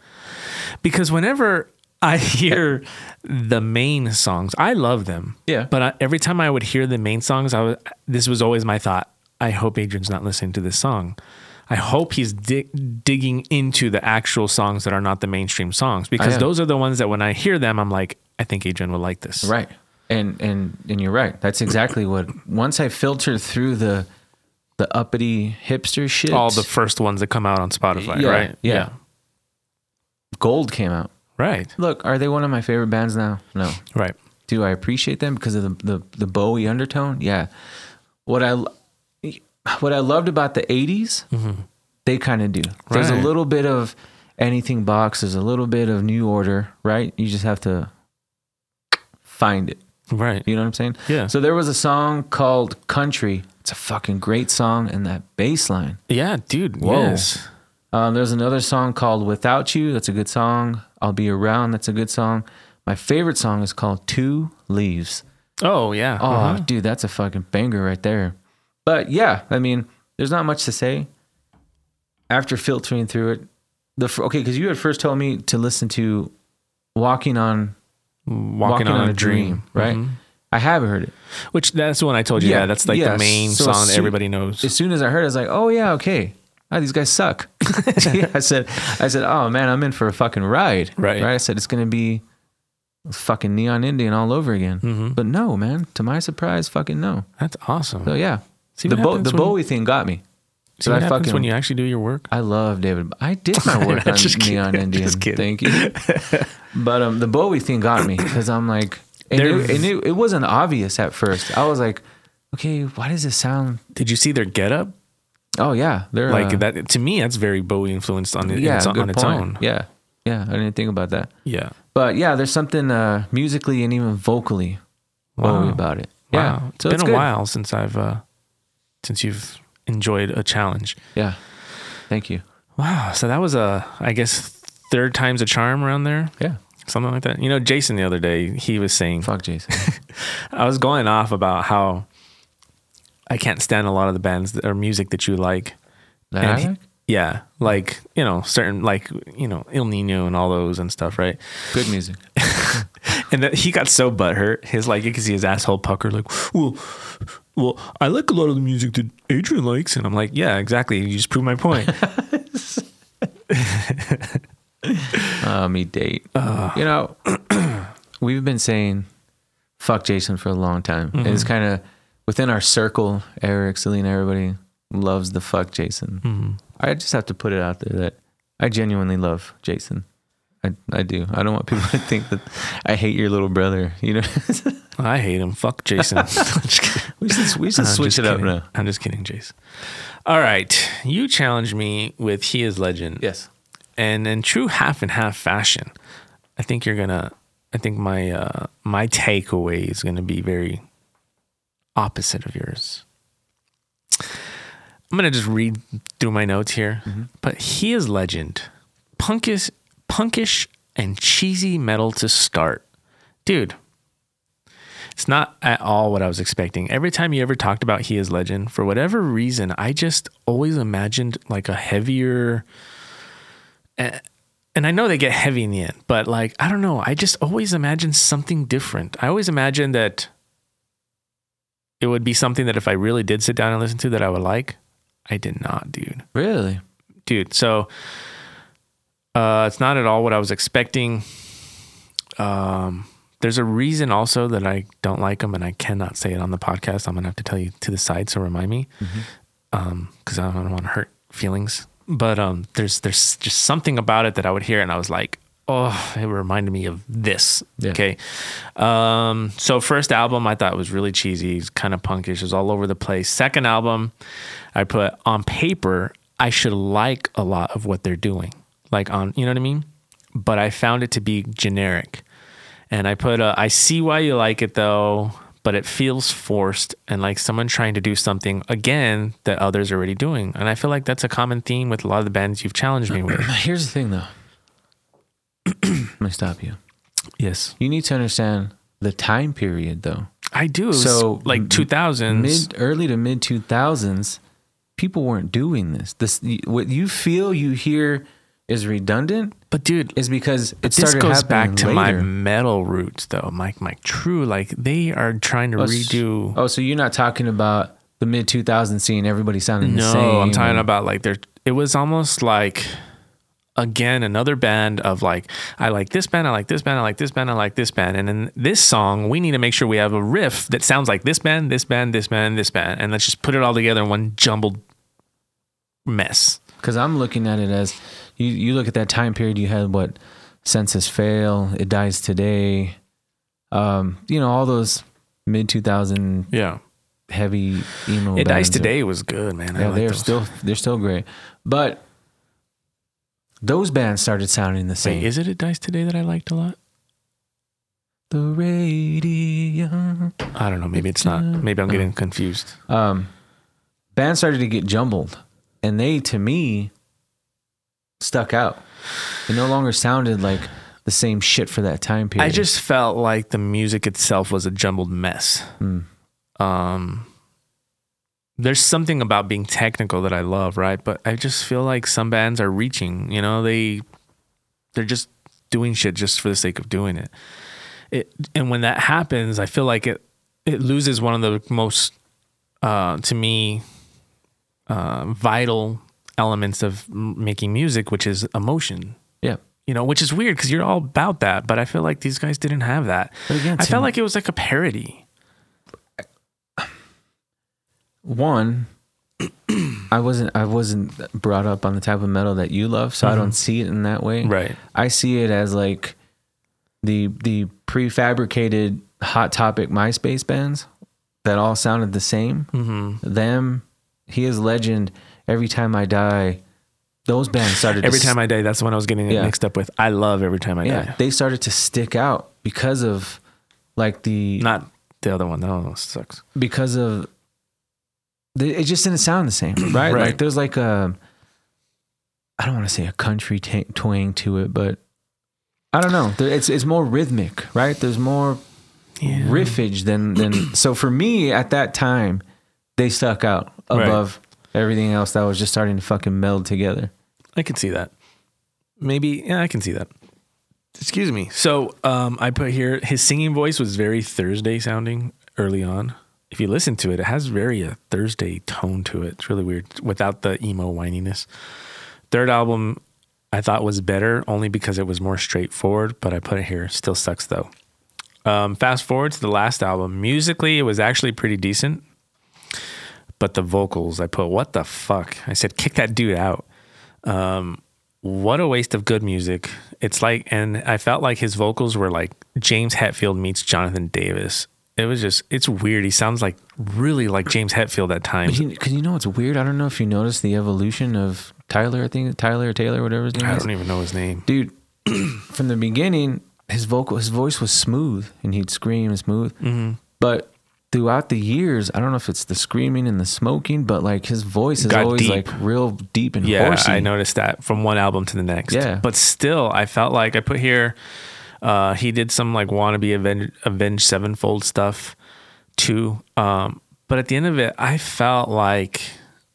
S1: because whenever I hear the main songs, I love them.
S2: Yeah.
S1: But I, every time I would hear the main songs, I was, this was always my thought. I hope Adrian's not listening to this song. I hope he's dig- digging into the actual songs that are not the mainstream songs because
S2: am.
S1: those are the ones that when I hear them, I'm like, I think Adrian would like this.
S2: Right. And and and you're right. That's exactly what once I filter through the the uppity hipster shit.
S1: All the first ones that come out on Spotify,
S2: Yeah,
S1: right?
S2: yeah. gold came out.
S1: Right.
S2: Look, are they one of my favorite bands now? No.
S1: Right.
S2: Do I appreciate them because of the the, the Bowie undertone? Yeah. What I l- what I loved about the 80s, they kind of do. There's a
S1: Mm-hmm. Right.
S2: little bit of anything box, there's a little bit of new order, right? You just have to find it.
S1: Right.
S2: You know what I'm saying?
S1: Yeah.
S2: So there was a song called Country. It's a fucking great song, and that bass line.
S1: Yeah, dude.
S2: Whoa.
S1: Yes.
S2: Um, there's another song called Without You. That's a good song. I'll Be Around. That's a good song. My favorite song is called Two Leaves.
S1: Oh yeah.
S2: Oh,
S1: Uh-huh.
S2: dude, that's a fucking banger right there. But yeah, I mean, there's not much to say after filtering through it. The fir- okay, because you had first told me to listen to Walking on
S1: Mm-hmm. Walking,
S2: Walking, on, a Dream, right?
S1: Mhm.
S2: I have heard it.
S1: Mm-hmm. Which that's the one I told you.
S2: Yeah,
S1: Yeah, that's like
S2: yeah,
S1: the main
S2: so
S1: song that
S2: su-
S1: everybody knows.
S2: as soon as I heard, it, I was like, "Oh yeah, okay. Ah, these guys suck." I said, "I said, oh man, I'm in for a fucking ride."
S1: Right.
S2: Right. I said it's gonna be fucking neon Indian all over again.
S1: Mm-hmm.
S2: But no, man. To my surprise, fucking no.
S1: That's awesome.
S2: So yeah,
S1: See
S2: the
S1: what
S2: bo-
S1: happens
S2: the
S1: when-
S2: Bowie thing got me.
S1: See
S2: but
S1: what
S2: I
S1: happens
S2: fucking-
S1: when you actually do your work?
S2: I love David. Bo- I did my work on
S1: Just kidding.
S2: neon Indian.
S1: Just kidding.
S2: Thank you. but um, the Bowie thing got me because I'm like, and,
S1: They're-
S2: it, and it, it wasn't obvious at first. I was like, okay, why does this sound?
S1: Did you see their get up?
S2: Oh yeah, they're
S1: Like
S2: uh,
S1: that to me, that's very Bowie influenced on, it,
S2: yeah,
S1: it's,
S2: good
S1: on its
S2: point.
S1: own.
S2: Yeah, yeah, I didn't think about that.
S1: Yeah.
S2: But yeah, there's something uh, musically and even vocally
S1: Wow.
S2: Bowie about it.
S1: Wow.
S2: Yeah,
S1: it's been
S2: it's
S1: a
S2: good.
S1: while since I've uh since you've enjoyed a challenge.
S2: Yeah, thank you.
S1: Wow. So that was a I guess third time's a charm around there.
S2: Yeah,
S1: Something like that. You know, Jason the other day, he was saying
S2: fuck Jason.
S1: I was going off about how I can't stand a lot of the bands that, or music that you like.
S2: That
S1: And
S2: I
S1: he-
S2: like?
S1: yeah, like you know, certain like you know, Il Nino and all those and stuff, right?
S2: good music.
S1: And that he got so butthurt, his like you could see his asshole pucker, like, well, well, I like a lot of the music that Adrian likes, and I'm like, yeah, exactly. You just proved my point.
S2: Uh, me date. you know, we've been saying fuck Jason for a long time. And
S1: Mm-hmm.
S2: it's kind of within our circle, Eric, Selena, everybody loves the fuck Jason.
S1: Mm-hmm.
S2: I just have to put it out there that I genuinely love Jason. I, I do. I don't want people to think that I hate your little brother. You know,
S1: I hate him. Fuck Jason. I'm just kidding.
S2: we should, we should
S1: I'm
S2: switch
S1: just
S2: it up
S1: kidding.
S2: now.
S1: I'm just kidding, Jason. All right, you challenged me with "He Is Legend."
S2: Yes.
S1: and in true half and half fashion, I think you're gonna. I think my uh, my takeaway is gonna be very opposite of yours. I'm gonna just read through my notes here, but he is legend, punkish, punkish and cheesy metal to start, dude. It's not at all what I was expecting. Every time you ever talked about He is Legend, for whatever reason, I just always imagined like a heavier, and I know they get heavy in the end, but like I don't know, I just always imagine something different. I always imagine that it would be something that if I really did sit down and listen to that I would like. I did not, dude.
S2: Really?
S1: Dude, so uh it's not at all what I was expecting. Um there's a reason also that I don't like them and I cannot say it on the podcast. I'm going to have to tell you to the side so remind me um because I don't want to hurt feelings. But um, there's there's just something about it that I would hear and I was like, oh, it reminded me of this.
S2: Yeah.
S1: Okay. Um, so first album I thought was really cheesy, it's kind of punkish, it was all over the place. Second album, I put on paper, I should like a lot of what they're doing, like on you know what I mean. But I found it to be generic. And I put, a, I see why you like it though, but it feels forced and like someone trying to do something again that others are already doing. And I feel like that's a common theme with a lot of the bands you've challenged me with.
S2: Here's the thing, though. I'm gonna stop you.
S1: yes,
S2: You need to understand the time period, though.
S1: I do. So
S2: So,
S1: like
S2: m-
S1: 2000s.
S2: mid early to mid 2000s people weren't doing this this what you feel you hear is redundant
S1: but dude,
S2: is because it
S1: this
S2: started
S1: goes back
S2: happening
S1: to my
S2: later.
S1: metal roots though. Mike, Mike, true. Like they are trying to
S2: Oh, s-
S1: redo.
S2: oh so you're not talking about the mid 2000s scene everybody sounding the
S1: No,
S2: same
S1: I'm talking
S2: and-
S1: about like there. It was almost like again another band of like I like this band, I like this band, I like this band, I like this band, and in this song we need to make sure we have a riff that sounds like this band, this band, this band, this band, and let's just put it all together in one jumbled mess.
S2: Because I'm looking at it as you, you look at that time period, you had what? Census fail, it dies today. Um, you know, all those mid 2000
S1: Yeah,
S2: heavy emo
S1: it dies
S2: bands.
S1: today was good, man. I
S2: Yeah,
S1: like
S2: they're
S1: those.
S2: still they're still great. But those bands started sounding the same.
S1: Wait, is it it dies today that I liked a lot?
S2: the radio.
S1: I Mm. don't know. Maybe it's not. Maybe I'm getting confused.
S2: um, bands started to get jumbled, and they to me stuck out. It no longer sounded like the same shit for that time period.
S1: I just felt like the music itself was a jumbled mess.
S2: Hmm.
S1: Um, there's something about being technical that I love, right? But I just feel like some bands are reaching. You know, they they're just doing shit just for the sake of doing it. It and when that happens, I feel like it it loses one of the most uh, to me uh, vital elements of m- making music, which is emotion
S2: yeah.
S1: you know, which is weird because you're all about that. But I feel like these guys didn't have that.
S2: But again,
S1: I
S2: to
S1: felt
S2: me-
S1: like it was like a parody.
S2: one I wasn't I wasn't brought up on the type of metal that you love, so I
S1: Mm-hmm.
S2: don't see it in that way.
S1: Right.
S2: I see it as like the the prefabricated hot topic MySpace bands that all sounded the same.
S1: hmm
S2: Them, he is legend. Every time I die, those bands started
S1: Every
S2: to
S1: time I die, that's the one I was getting it
S2: Yeah.
S1: mixed up with. I love every time I
S2: yeah,
S1: die.
S2: they started to stick out because of like the
S1: Not the other one. That one sucks.
S2: because of the, it just didn't sound the same, right?
S1: Right.
S2: Like there's like a I don't want to say a country ta twang to it, but I don't know. There- It's it's more rhythmic, right? There's more
S1: Yeah.
S2: riffage than than. so for me at that time, they stuck out
S1: Right.
S2: above everything else that was just starting to fucking meld together.
S1: I can see that. Maybe yeah, I can see that. Excuse me. So um, I put here his singing voice was very Thursday sounding early on. If you listen to it, it has very a Thursday tone to it. It's really weird without the emo whininess. Third album I thought was better only because it was more straightforward, but I put it here. Still sucks though. Um, fast forward to the last album. Musically, it was actually pretty decent, but the vocals, I put, what the fuck? I said, kick that dude out Um, what a waste of good music. It's like, and I felt like his vocals were like James Hetfield meets Jonathan Davis. It was just, it's weird. He sounds like really like James Hetfield at times.
S2: Because you know what's weird? I don't know if you noticed the evolution of Tyler. I think Tyler or Taylor, whatever his name
S1: I
S2: is.
S1: don't even know his name.
S2: dude from the beginning his vocal his voice was smooth and he'd scream smooth but throughout the years i don't know if it's the screaming and the smoking but like his voice is
S1: Got
S2: always
S1: deep.
S2: like real deep and
S1: Yeah,
S2: horsey
S1: I noticed that from one album to the next.
S2: Yeah.
S1: but still, I felt like I put here. Uh, he did some like wannabe Aven- Avenged Sevenfold stuff too. Um, but at the end of it, I felt like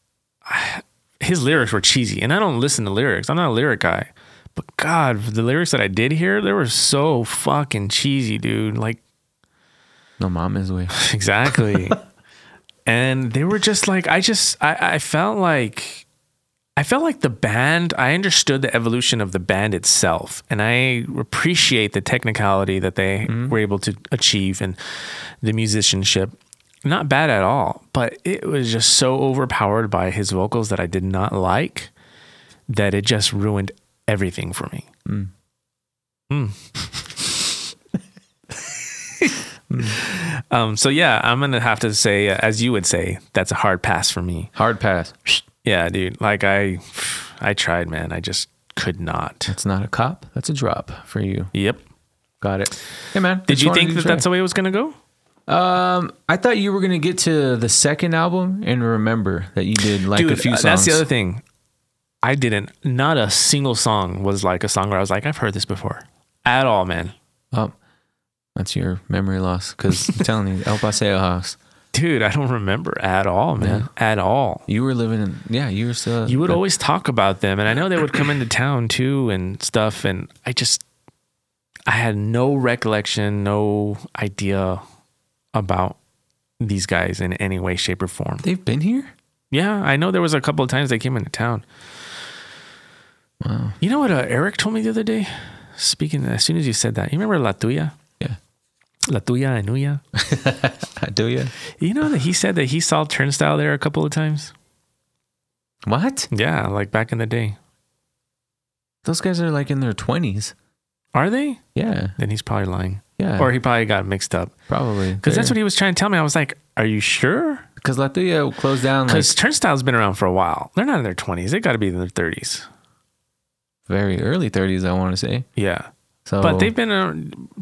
S1: I, his lyrics were cheesy, and I don't listen to lyrics. I'm not a lyric guy. But God, the lyrics that I did hear, they were so fucking cheesy, dude. Like
S2: no mom is way
S1: Exactly. and they were just like, I just, I, I felt like, I felt like the band, I understood the evolution of the band itself. And I appreciate the technicality that they were able to achieve and the musicianship. Not bad at all, but it was just so overpowered by his vocals that I did not like that it just ruined everything for me. Um, so yeah, I'm gonna have to say, uh, as you would say, that's a hard pass for me.
S2: hard pass
S1: Yeah, dude. Like I, I tried, man. I just could not.
S2: that's not a cop that's a drop for you
S1: Yep.
S2: got it hey man
S1: Did
S2: which
S1: you
S2: one
S1: think that
S2: try?
S1: that's the way it was gonna go?
S2: um i thought you were gonna get to the second album and remember that you did like
S1: dude,
S2: a few
S1: uh,
S2: songs
S1: that's the other thing. I didn't. Not a single song was like a song where I was like, I've heard this before, at all, man.
S2: oh, that's your memory loss because i'm telling you el paseo house
S1: Dude, I don't remember at all, man. At all.
S2: You were living in, yeah, you were still.
S1: You would always talk about them, and I know they would come into town too and stuff. And I just, I had no recollection, no idea about these guys in any way, shape, or form.
S2: They've been here?
S1: Yeah, I know there was a couple of times they came into town.
S2: Wow.
S1: You know what uh, Eric told me the other day? Speaking, as soon as you said that, you remember La Tuya?
S2: Yeah.
S1: La Tuya and Uya?
S2: Do you?
S1: You know that he said that he saw Turnstile there a couple of times?
S2: What?
S1: Yeah, like back in the day.
S2: Those guys are like in their 20s.
S1: Are they?
S2: Yeah.
S1: Then he's probably lying.
S2: Yeah.
S1: Or he probably got mixed up.
S2: probably.
S1: Because that's what he was trying to tell me. I was like, are you sure?
S2: Because Latuya closed down like
S1: Because Turnstile's been around for a while. They're not in their 20s. They got to be in their 30s.
S2: very early 30s, I want to say.
S1: Yeah.
S2: So,
S1: But they've been, uh,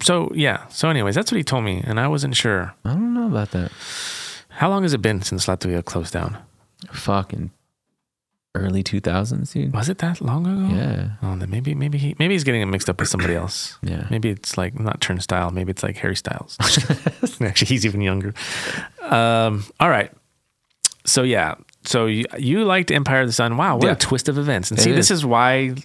S1: so yeah. So, anyways, that's what he told me. And I wasn't sure.
S2: I don't know about that.
S1: How long has it been since Latvia closed down?
S2: Fucking early 2000s, dude.
S1: Was it that long ago?
S2: Yeah.
S1: Oh, then maybe, maybe he, maybe he's getting it mixed up with somebody else.
S2: Yeah.
S1: Maybe it's like not Turnstile. Maybe it's like Harry Styles. Actually, he's even younger. Um, all right. So yeah. So you, you liked Empire of the Sun. Wow, what
S2: Yeah.
S1: a twist of events. And
S2: It
S1: see, this
S2: is.
S1: is why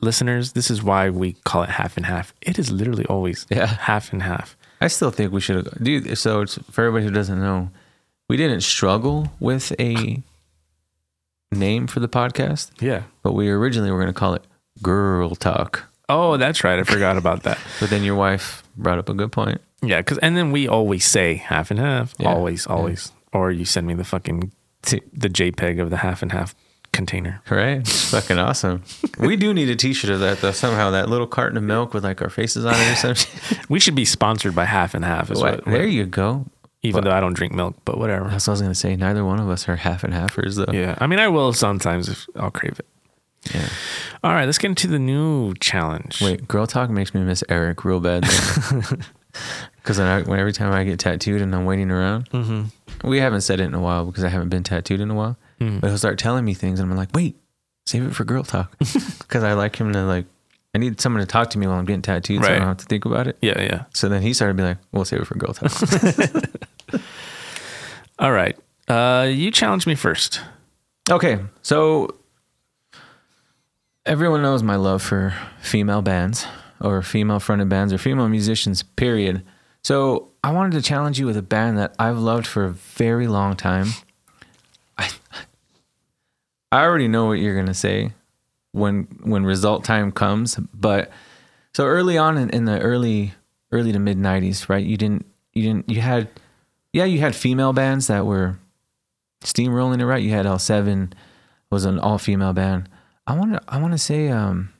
S1: listeners, this is why we call it half and half. It is literally always
S2: Yeah.
S1: half and half.
S2: I still think we should have, dude. So it's for everybody who doesn't know, we didn't struggle with a name for the podcast,
S1: Yeah.
S2: but we originally were going to call it Girl Talk.
S1: Oh, that's right. I forgot about that.
S2: But then your wife brought up a good point.
S1: Yeah, because and then we always say half and half.
S2: Yeah,
S1: Always,
S2: yeah.
S1: always. Or you send me the fucking
S2: Dude.
S1: the JPEG of the half and half container.
S2: Right? It's fucking awesome. we do need a T-shirt of that though. Somehow that little carton of milk with like our faces on it or something.
S1: We should be sponsored by half and half. Is what,
S2: there you go.
S1: even though I don't drink milk, but whatever.
S2: That's what I was gonna say. Neither one of us are half and halfers though.
S1: Yeah, I mean, I will sometimes if I'll crave it.
S2: Yeah.
S1: All right, let's get into the new challenge.
S2: Wait, girl talk makes me miss Eric real bad. Because I, when every time I get tattooed and I'm waiting around, we haven't said it in a while because I haven't been tattooed in a while. But he'll start telling me things, and I'm like, wait, save it for girl talk. Because I like him to like, I need someone to talk to me while I'm getting tattooed, so I
S1: Right.
S2: don't have to think about it.
S1: Yeah, yeah.
S2: So then he started being like, we'll save it for girl talk.
S1: All right, uh, you challenge me first.
S2: okay, so everyone knows my love for female bands or female fronted bands or female musicians, period. So I wanted to challenge you with a band that I've loved for a very long time. I, I already know what you're gonna say when when result time comes, but so early on in, in the early early to mid nineties, right? You didn't you didn't you had yeah, you had female bands that were steamrolling it right. You had L seven was an all female band. I wanna I wanna say um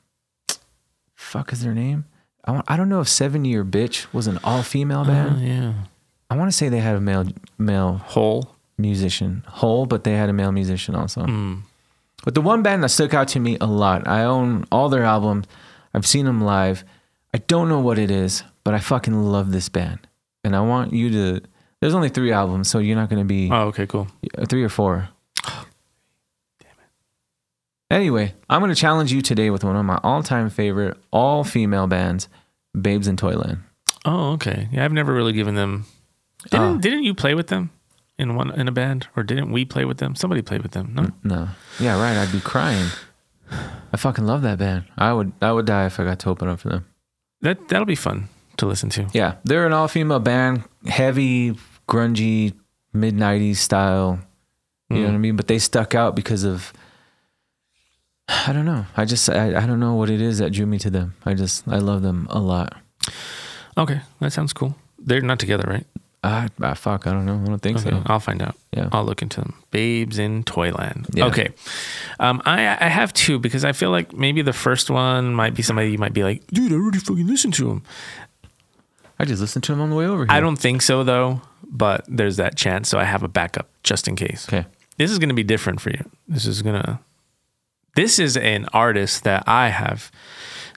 S2: fuck is their name? I, want, I don't know if Seven Year Bitch was an all female band.
S1: Oh, yeah,
S2: I want to say they had a male male
S1: whole.
S2: musician whole, but they had a male musician also.
S1: Mm.
S2: But the one band that stuck out to me a lot, I own all their albums. I've seen them live. I don't know what it is, but I fucking love this band. And I want you to. There's only three albums, so you're not going to be
S1: Oh, okay, cool.
S2: uh, three or four. Anyway, I'm going to challenge you today with one of my all-time favorite all-female bands, Babes in Toyland.
S1: Oh, okay. Yeah, I've never really given them. Didn't
S2: Oh.
S1: Didn't you play with them in one in a band, or didn't we play with them? Somebody played with them. No.
S2: No. Yeah, right. I'd be crying. I fucking love that band. I would I would die if I got to open up for them.
S1: That that'll be fun to listen to.
S2: Yeah. They're an all female band, heavy, grungy, mid nineties style. You know what I mean? But they stuck out because of I don't know. I just I, I don't know what it is that drew me to them. I just I love them a lot.
S1: Okay, that sounds cool. They're not together, right?
S2: I, I fuck, I don't know. I don't think
S1: Okay,
S2: so.
S1: I'll find out.
S2: Yeah.
S1: I'll look into them. Babes in Toyland.
S2: Yeah.
S1: Okay. Um, I I have two because I feel like maybe the first one might be somebody you might be like, dude, I already fucking listened to him.
S2: I just listened to them on the way over here.
S1: I don't think so though, but there's that chance, so I have a backup just in case.
S2: Okay.
S1: This is gonna be different for you. This is gonna. This is an artist that I have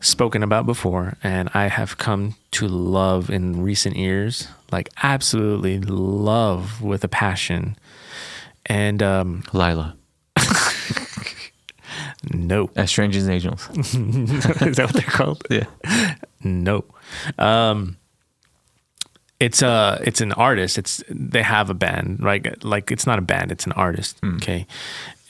S1: spoken about before, and I have come to love in recent years, like absolutely love with a passion. And um,
S2: Lila.
S1: no,
S2: As strange as angels.
S1: is that what they're called?
S2: yeah.
S1: No. Um it's a it's an artist. It's they have a band, right? Like it's not a band, it's an artist, okay?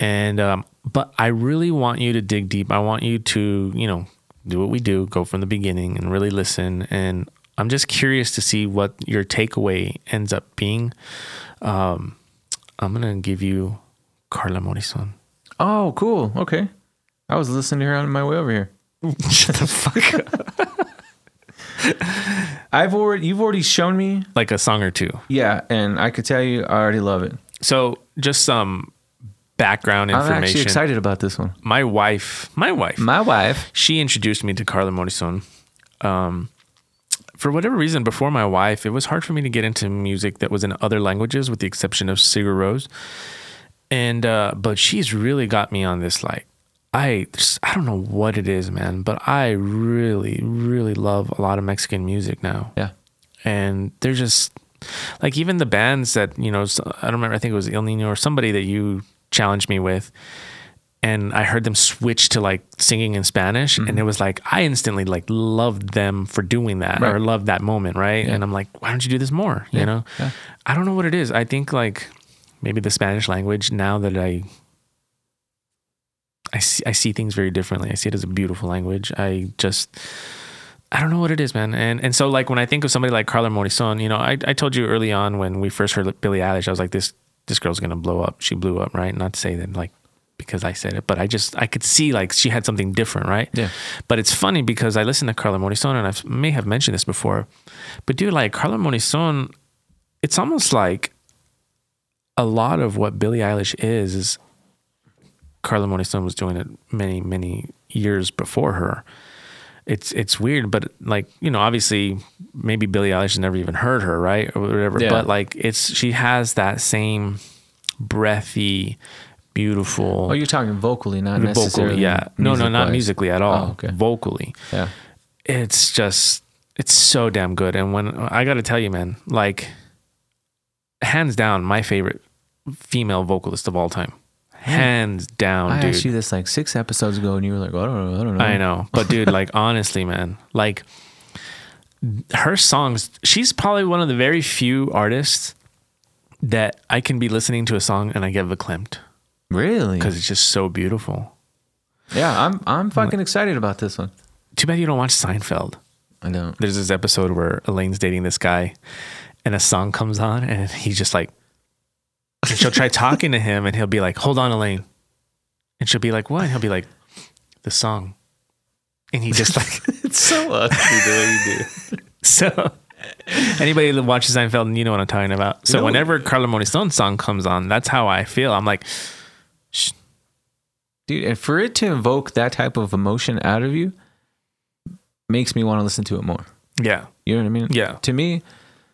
S1: And um but I really want you to dig deep. I want you to, you know, do what we do, go from the beginning and really listen and I'm just curious to see what your takeaway ends up being. Um I'm going to give you Carla Morrison.
S2: Oh, cool. Okay. I was listening to her on my way over here.
S1: Shut the fuck up.
S2: I've already you've already shown me.
S1: Like a song or two.
S2: Yeah, and I could tell you I already love it.
S1: So just some background
S2: I'm
S1: information.
S2: actually excited about this one.
S1: My wife, my wife,
S2: My wife.
S1: she introduced me to Carla Morrison. Um, for whatever reason, before my wife, it was hard for me to get into music that was in other languages, with the exception of Sigur Rós. And uh, but she's really got me on this. Like, I just- I don't know what it is, man, but I really really love a lot of Mexican music now
S2: Yeah.
S1: and they're just like even the bands that you know s- I don't remember I think it was El Nino or somebody that you challenged me with and I heard them switch to like singing in Spanish
S2: Mm-hmm.
S1: and it was like I instantly like loved them for doing that or
S2: Right.
S1: loved that moment right and I'm like why don't you do this more you know
S2: yeah.
S1: I don't know what it is I think like maybe the Spanish language now that I I see, I see things very differently. I see it as a beautiful language. I just I don't know what it is, man. And and so like when I think of somebody like Carla Morrison, you know, I I told you early on when we first heard Billie Eilish, I was like this this girl's gonna blow up. She blew up, right? Not to say that like because I said it, but I just I could see like she had something different, right?
S2: Yeah.
S1: But it's funny because I listened to Carla Morrison and I may have mentioned this before, but dude, like Carla Morrison, it's almost like a lot of what Billie Eilish is is Carla Morrison was doing it many many years before her. It's it's weird, but like you know, obviously maybe Billie Eilish has never even heard her, right, or whatever.
S2: Yeah.
S1: But like it's she has that same breathy, beautiful
S2: Oh, you're talking vocally, not
S1: vocally.
S2: necessarily.
S1: Yeah, no, no, not
S2: music-wise.
S1: musically at all.
S2: Oh, okay.
S1: Vocally,
S2: Yeah.
S1: it's just it's so damn good. And when I got to tell you, man, like hands down, my favorite female vocalist of all time, hands down,
S2: I
S1: Oh, dude.
S2: asked you this like six episodes ago, and you were like, "I don't know, I don't know."
S1: I know. But dude, like honestly, man, like her songs, she's probably one of the very few artists that I can be listening to a song and I get verklempt
S2: Really?
S1: because it's just so beautiful.
S2: Yeah, I'm I'm fucking excited about this one.
S1: Too bad you don't watch Seinfeld.
S2: I don't.
S1: There's this episode where Elaine's dating this guy and a song comes on and he's just like and she'll try talking to him and he'll be like, Hold on, Elaine. And she'll be like, What? And he'll be like, The song. And he just like
S2: It's so ugly the way you do.
S1: So anybody that watches Seinfeld, and you know what I'm talking about. So
S2: No.
S1: whenever Carla Morrison's song comes on, that's how I feel. I'm like,
S2: dude and for it to evoke that type of emotion out of you makes me want to listen to it more
S1: yeah,
S2: you know what i mean
S1: yeah,
S2: to me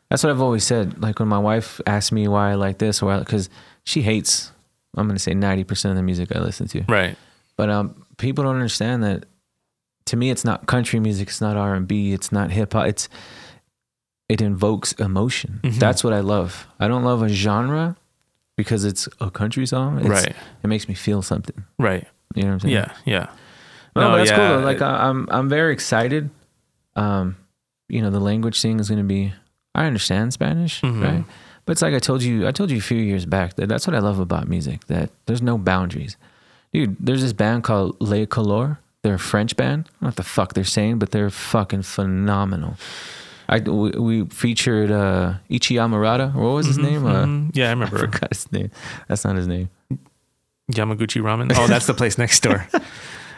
S2: that's what i've always said like when my wife asks me why i like this or because she hates i'm going to say 90% of the music i listen to
S1: right,
S2: but um, people don't understand that to me it's not country music it's not r&b it's not hip-hop it's it invokes emotion
S1: Mhm.
S2: that's what i love i don't love a genre because it's a country song It's-
S1: right,
S2: it makes me feel something
S1: right.
S2: you know what i'm saying
S1: Yeah, yeah.
S2: no,
S1: No,
S2: but that's
S1: yeah,
S2: cool. Though. Like
S1: it-
S2: I, I'm, I'm very excited. Um, you know, the language thing is going to be. I understand Spanish,
S1: Mhm.
S2: right? But it's like I told you. I told you a few years back that that's what I love about music. That there's no boundaries, dude. There's this band called Le Color. They're a French band. I don't know what the fuck they're saying, but they're fucking phenomenal. I we, we featured uh, Ichia Murata. What was his name? Uh,
S1: Mhm. yeah, I
S2: I
S1: remember
S2: forgot his name. That's not his name.
S1: Yamaguchi Ramen. Oh, that's the place next door.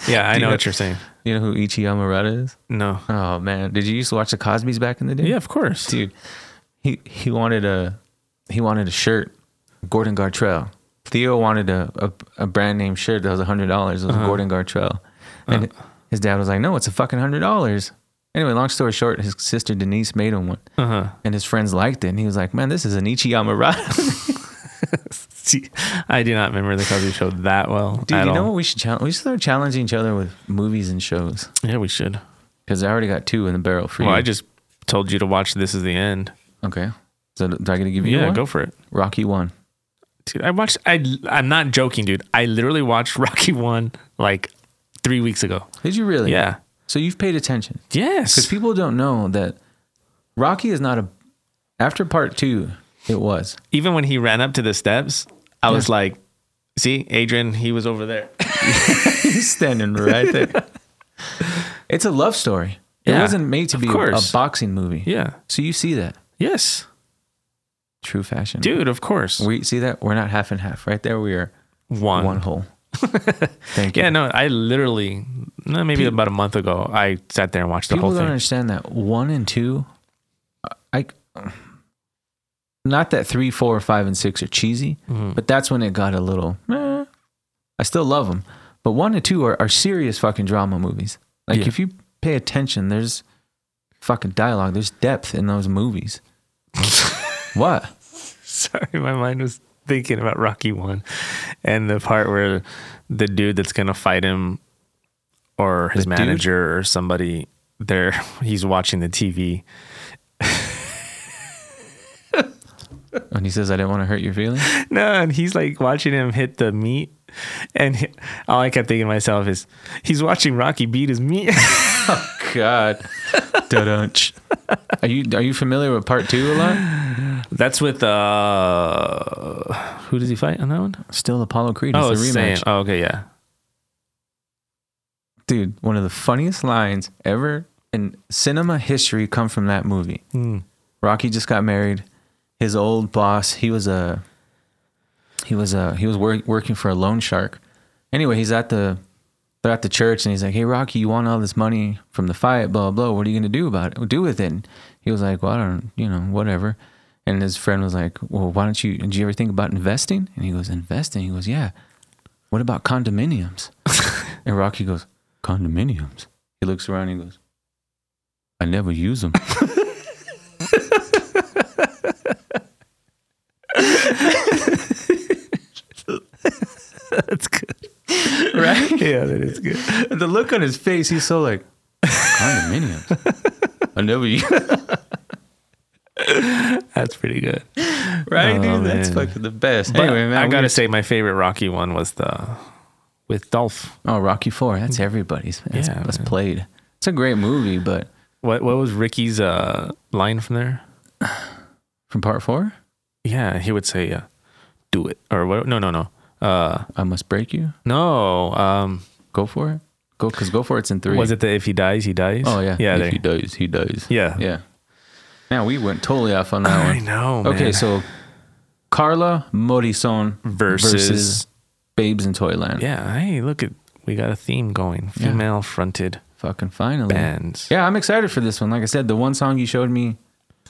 S1: Yeah, I
S2: Do you
S1: know
S2: know-
S1: what you're saying.
S2: You know who Ichia Murata is?
S1: No.
S2: Oh man, did you used to watch the Cosby's back in the day?
S1: Yeah, of course.
S2: dude. He he wanted a he wanted a shirt, Gordon Gartrell. Theo wanted a a, a brand name shirt that was hundred dollars. It was
S1: Uh-huh.
S2: Gordon Gartrell, and his dad was like, "No, it's a fucking hundred dollars." Anyway, long story short, his sister Denise made him one,
S1: Uh huh.
S2: and his friends liked it, and he was like, "Man, this is an Ichiyamura."
S1: See, I do not remember the Cosby Show that well
S2: dude,
S1: at
S2: you
S1: all.
S2: know what we should challenge? We should start challenging each other with movies and shows
S1: yeah, we should.
S2: because I already got two in the barrel for
S1: Well,
S2: you.
S1: I just told you to watch This Is the End.
S2: okay. So do I get to give you
S1: Yeah,
S2: one?
S1: go for it.
S2: Rocky one.
S1: Dude, I watched. I I'm not joking, dude. I literally watched Rocky One like three weeks ago.
S2: Did you really?
S1: Yeah.
S2: So you've paid attention. Because
S1: Yes.
S2: people don't know that Rocky is not a. After part two, it was.
S1: Even when he ran up to the steps, I was like, "See, Adrian, he was over there."
S2: He's standing right there. It's a love story.
S1: Yeah,
S2: it wasn't made to
S1: of
S2: be a, a
S1: course.
S2: boxing movie.
S1: Yeah.
S2: So you see that
S1: Yes,
S2: true fashion,
S1: dude. Of course.
S2: We see that we're not half and half. Right there, we are
S1: one.
S2: one whole. Thank you.
S1: Yeah, no, I literally, no, maybe about a month ago, I sat there and watched the
S2: People
S1: whole
S2: don't
S1: thing.
S2: understand that one and two, uh, I, not that three, four, five, and six are cheesy,
S1: Mhm.
S2: but that's when it got a little. eh. I still love them, but one and two are, are serious fucking drama movies. Like
S1: Yeah.
S2: if you pay attention, there's fucking dialogue. There's depth in those movies. what?
S1: Sorry, my mind was thinking about Rocky One and the part where the dude that's gonna fight him or his
S2: The dude?
S1: manager or somebody there he's watching the TV.
S2: And he says, "I didn't want to hurt your feelings."
S1: No, and he's like watching him hit the meat. And he- all I kept thinking to myself is, he's watching Rocky beat his meat.
S2: God, da-dunch. Are you are you familiar with part two a lot?
S1: That's with uh, who does he fight on that one?
S2: Still Apollo Creed.
S1: oh,
S2: it's the rematch.
S1: same. Oh, okay, yeah.
S2: dude, one of the funniest lines ever in cinema history come from that movie.
S1: Hmm.
S2: Rocky just got married. His old boss, he was a he was a he was work, working for a loan shark. Anyway, he's at the they're at the church and he's like, "Hey Rocky, you want all this money from the fight, blah blah. What are you going to do about it? Do with it?" And he was like, "Well, I don't, you know, whatever." And his friend was like, "Well, why don't you did you ever think about investing?" And he goes, "Investing?" He goes, "Yeah. What about condominiums?" and Rocky goes, "Condominiums?" He looks around and he goes, "I never use them."
S1: That's good.
S2: right?
S1: Yeah, that is good.
S2: the look on his face, he's so like condominiums. I never used
S1: That's pretty good.
S2: right, dude.
S1: Oh,
S2: That's
S1: man.
S2: fucking the best.
S1: But
S2: anyway, man,
S1: I
S2: we
S1: gotta
S2: were-
S1: say my favorite Rocky one was the with Dolph.
S2: Oh, Rocky Four. That's everybody's. That's,
S1: Yeah,
S2: that's
S1: man.
S2: played. It's a great movie, but
S1: What what was Ricky's uh, line from there?
S2: from Part Four,
S1: Yeah, he would say, uh, "Do it," or what? No, no, no, uh,
S2: I must break you.
S1: no. Um,
S2: Go for it. Go because go for it's in three.
S1: was it the if he dies, he dies?
S2: Oh yeah.
S1: yeah,
S2: If
S1: there-
S2: he dies, he dies.
S1: yeah,
S2: Yeah. Now we went totally off on that
S1: I
S2: one.
S1: know.
S2: Okay,
S1: man.
S2: so Carla Morrison
S1: Versus-
S2: Babes in Toyland.
S1: yeah, hey, look at we got a theme going:
S2: Yeah.
S1: female fronted
S2: Fucking finally.
S1: bands.
S2: Yeah, I'm excited for this one. Like I said, the one song you showed me,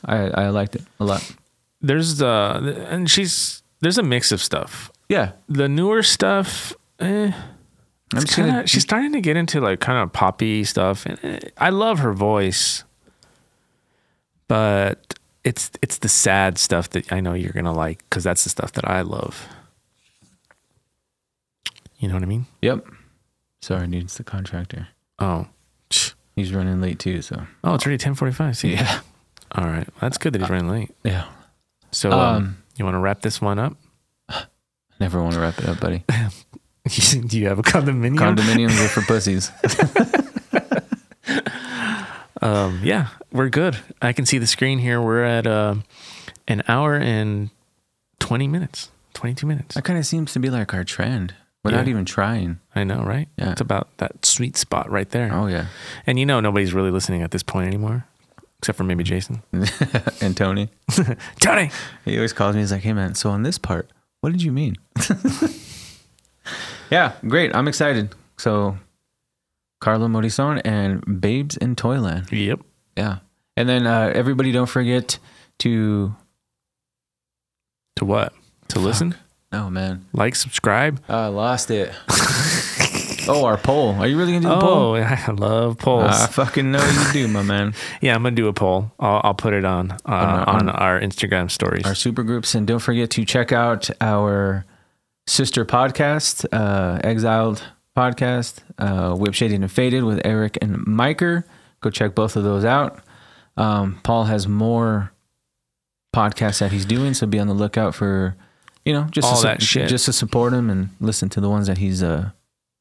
S2: I, I liked it a lot.
S1: There's uh, and she's there's a mix of stuff.
S2: Yeah,
S1: The newer stuff, eh,
S2: I'm
S1: It's
S2: just gonna-
S1: kinda- she's starting to get into like kind of poppy stuff, and eh, I love her voice, but it's it's the sad stuff that I know you're gonna like because that's the stuff that I love. You know what I mean?
S2: Yep. Sorry, dude. It's the contractor.
S1: Oh, Tch.
S2: He's running late too. So
S1: oh, it's already ten forty five. See, all right, that's good that he's running late.
S2: yeah.
S1: So um,
S2: Um,
S1: you want to wrap this one up?
S2: never want to wrap it up, buddy.
S1: Do you have a condominium?
S2: Condominiums are for pussies.
S1: um, yeah, we're good. I can see the screen here. We're at uh, an hour and 20 minutes, 22 minutes.
S2: That kind of seems to be like our trend, without
S1: Yeah.
S2: even trying.
S1: I know, right?
S2: Yeah.
S1: It's about that sweet spot right there.
S2: Oh yeah.
S1: And you know, nobody's really listening at this point anymore, except for maybe Jason.
S2: and Tony,
S1: Tony!
S2: he always calls me. He's like, "Hey man, so on this part, what did you mean?" yeah, great. I'm excited. So, Carlo Morrison and Babes in Toyland.
S1: Yep.
S2: Yeah. And then uh, everybody don't forget to
S1: To what? To listen,
S2: Oh man.
S1: like, subscribe.
S2: I lost it. oh, our poll. Are you really gonna do the poll? Uh.
S1: Oh, I love polls.
S2: I fucking know you do, my man.
S1: yeah, I'm going to do a poll. I'll, I'll put it on uh,
S2: our-
S1: on
S2: on-
S1: our Instagram stories.
S2: Our super groups, and don't forget to check out our sister podcast, uh, Exiled Podcast, uh, Whip Shaded and Faded with Eric and Miker. Go check both of those out. Um, Paul has more podcasts that he's doing, so be on the lookout for you know just
S1: All
S2: to, su-
S1: that shit.
S2: just to support him and listen to the ones that he's uh,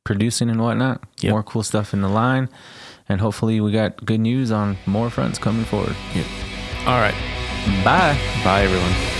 S2: producing and whatnot.
S1: Yep.
S2: More cool stuff in the line, and hopefully we got good news on more fronts coming forward.
S1: All right.
S2: Bye.
S1: Bye, everyone.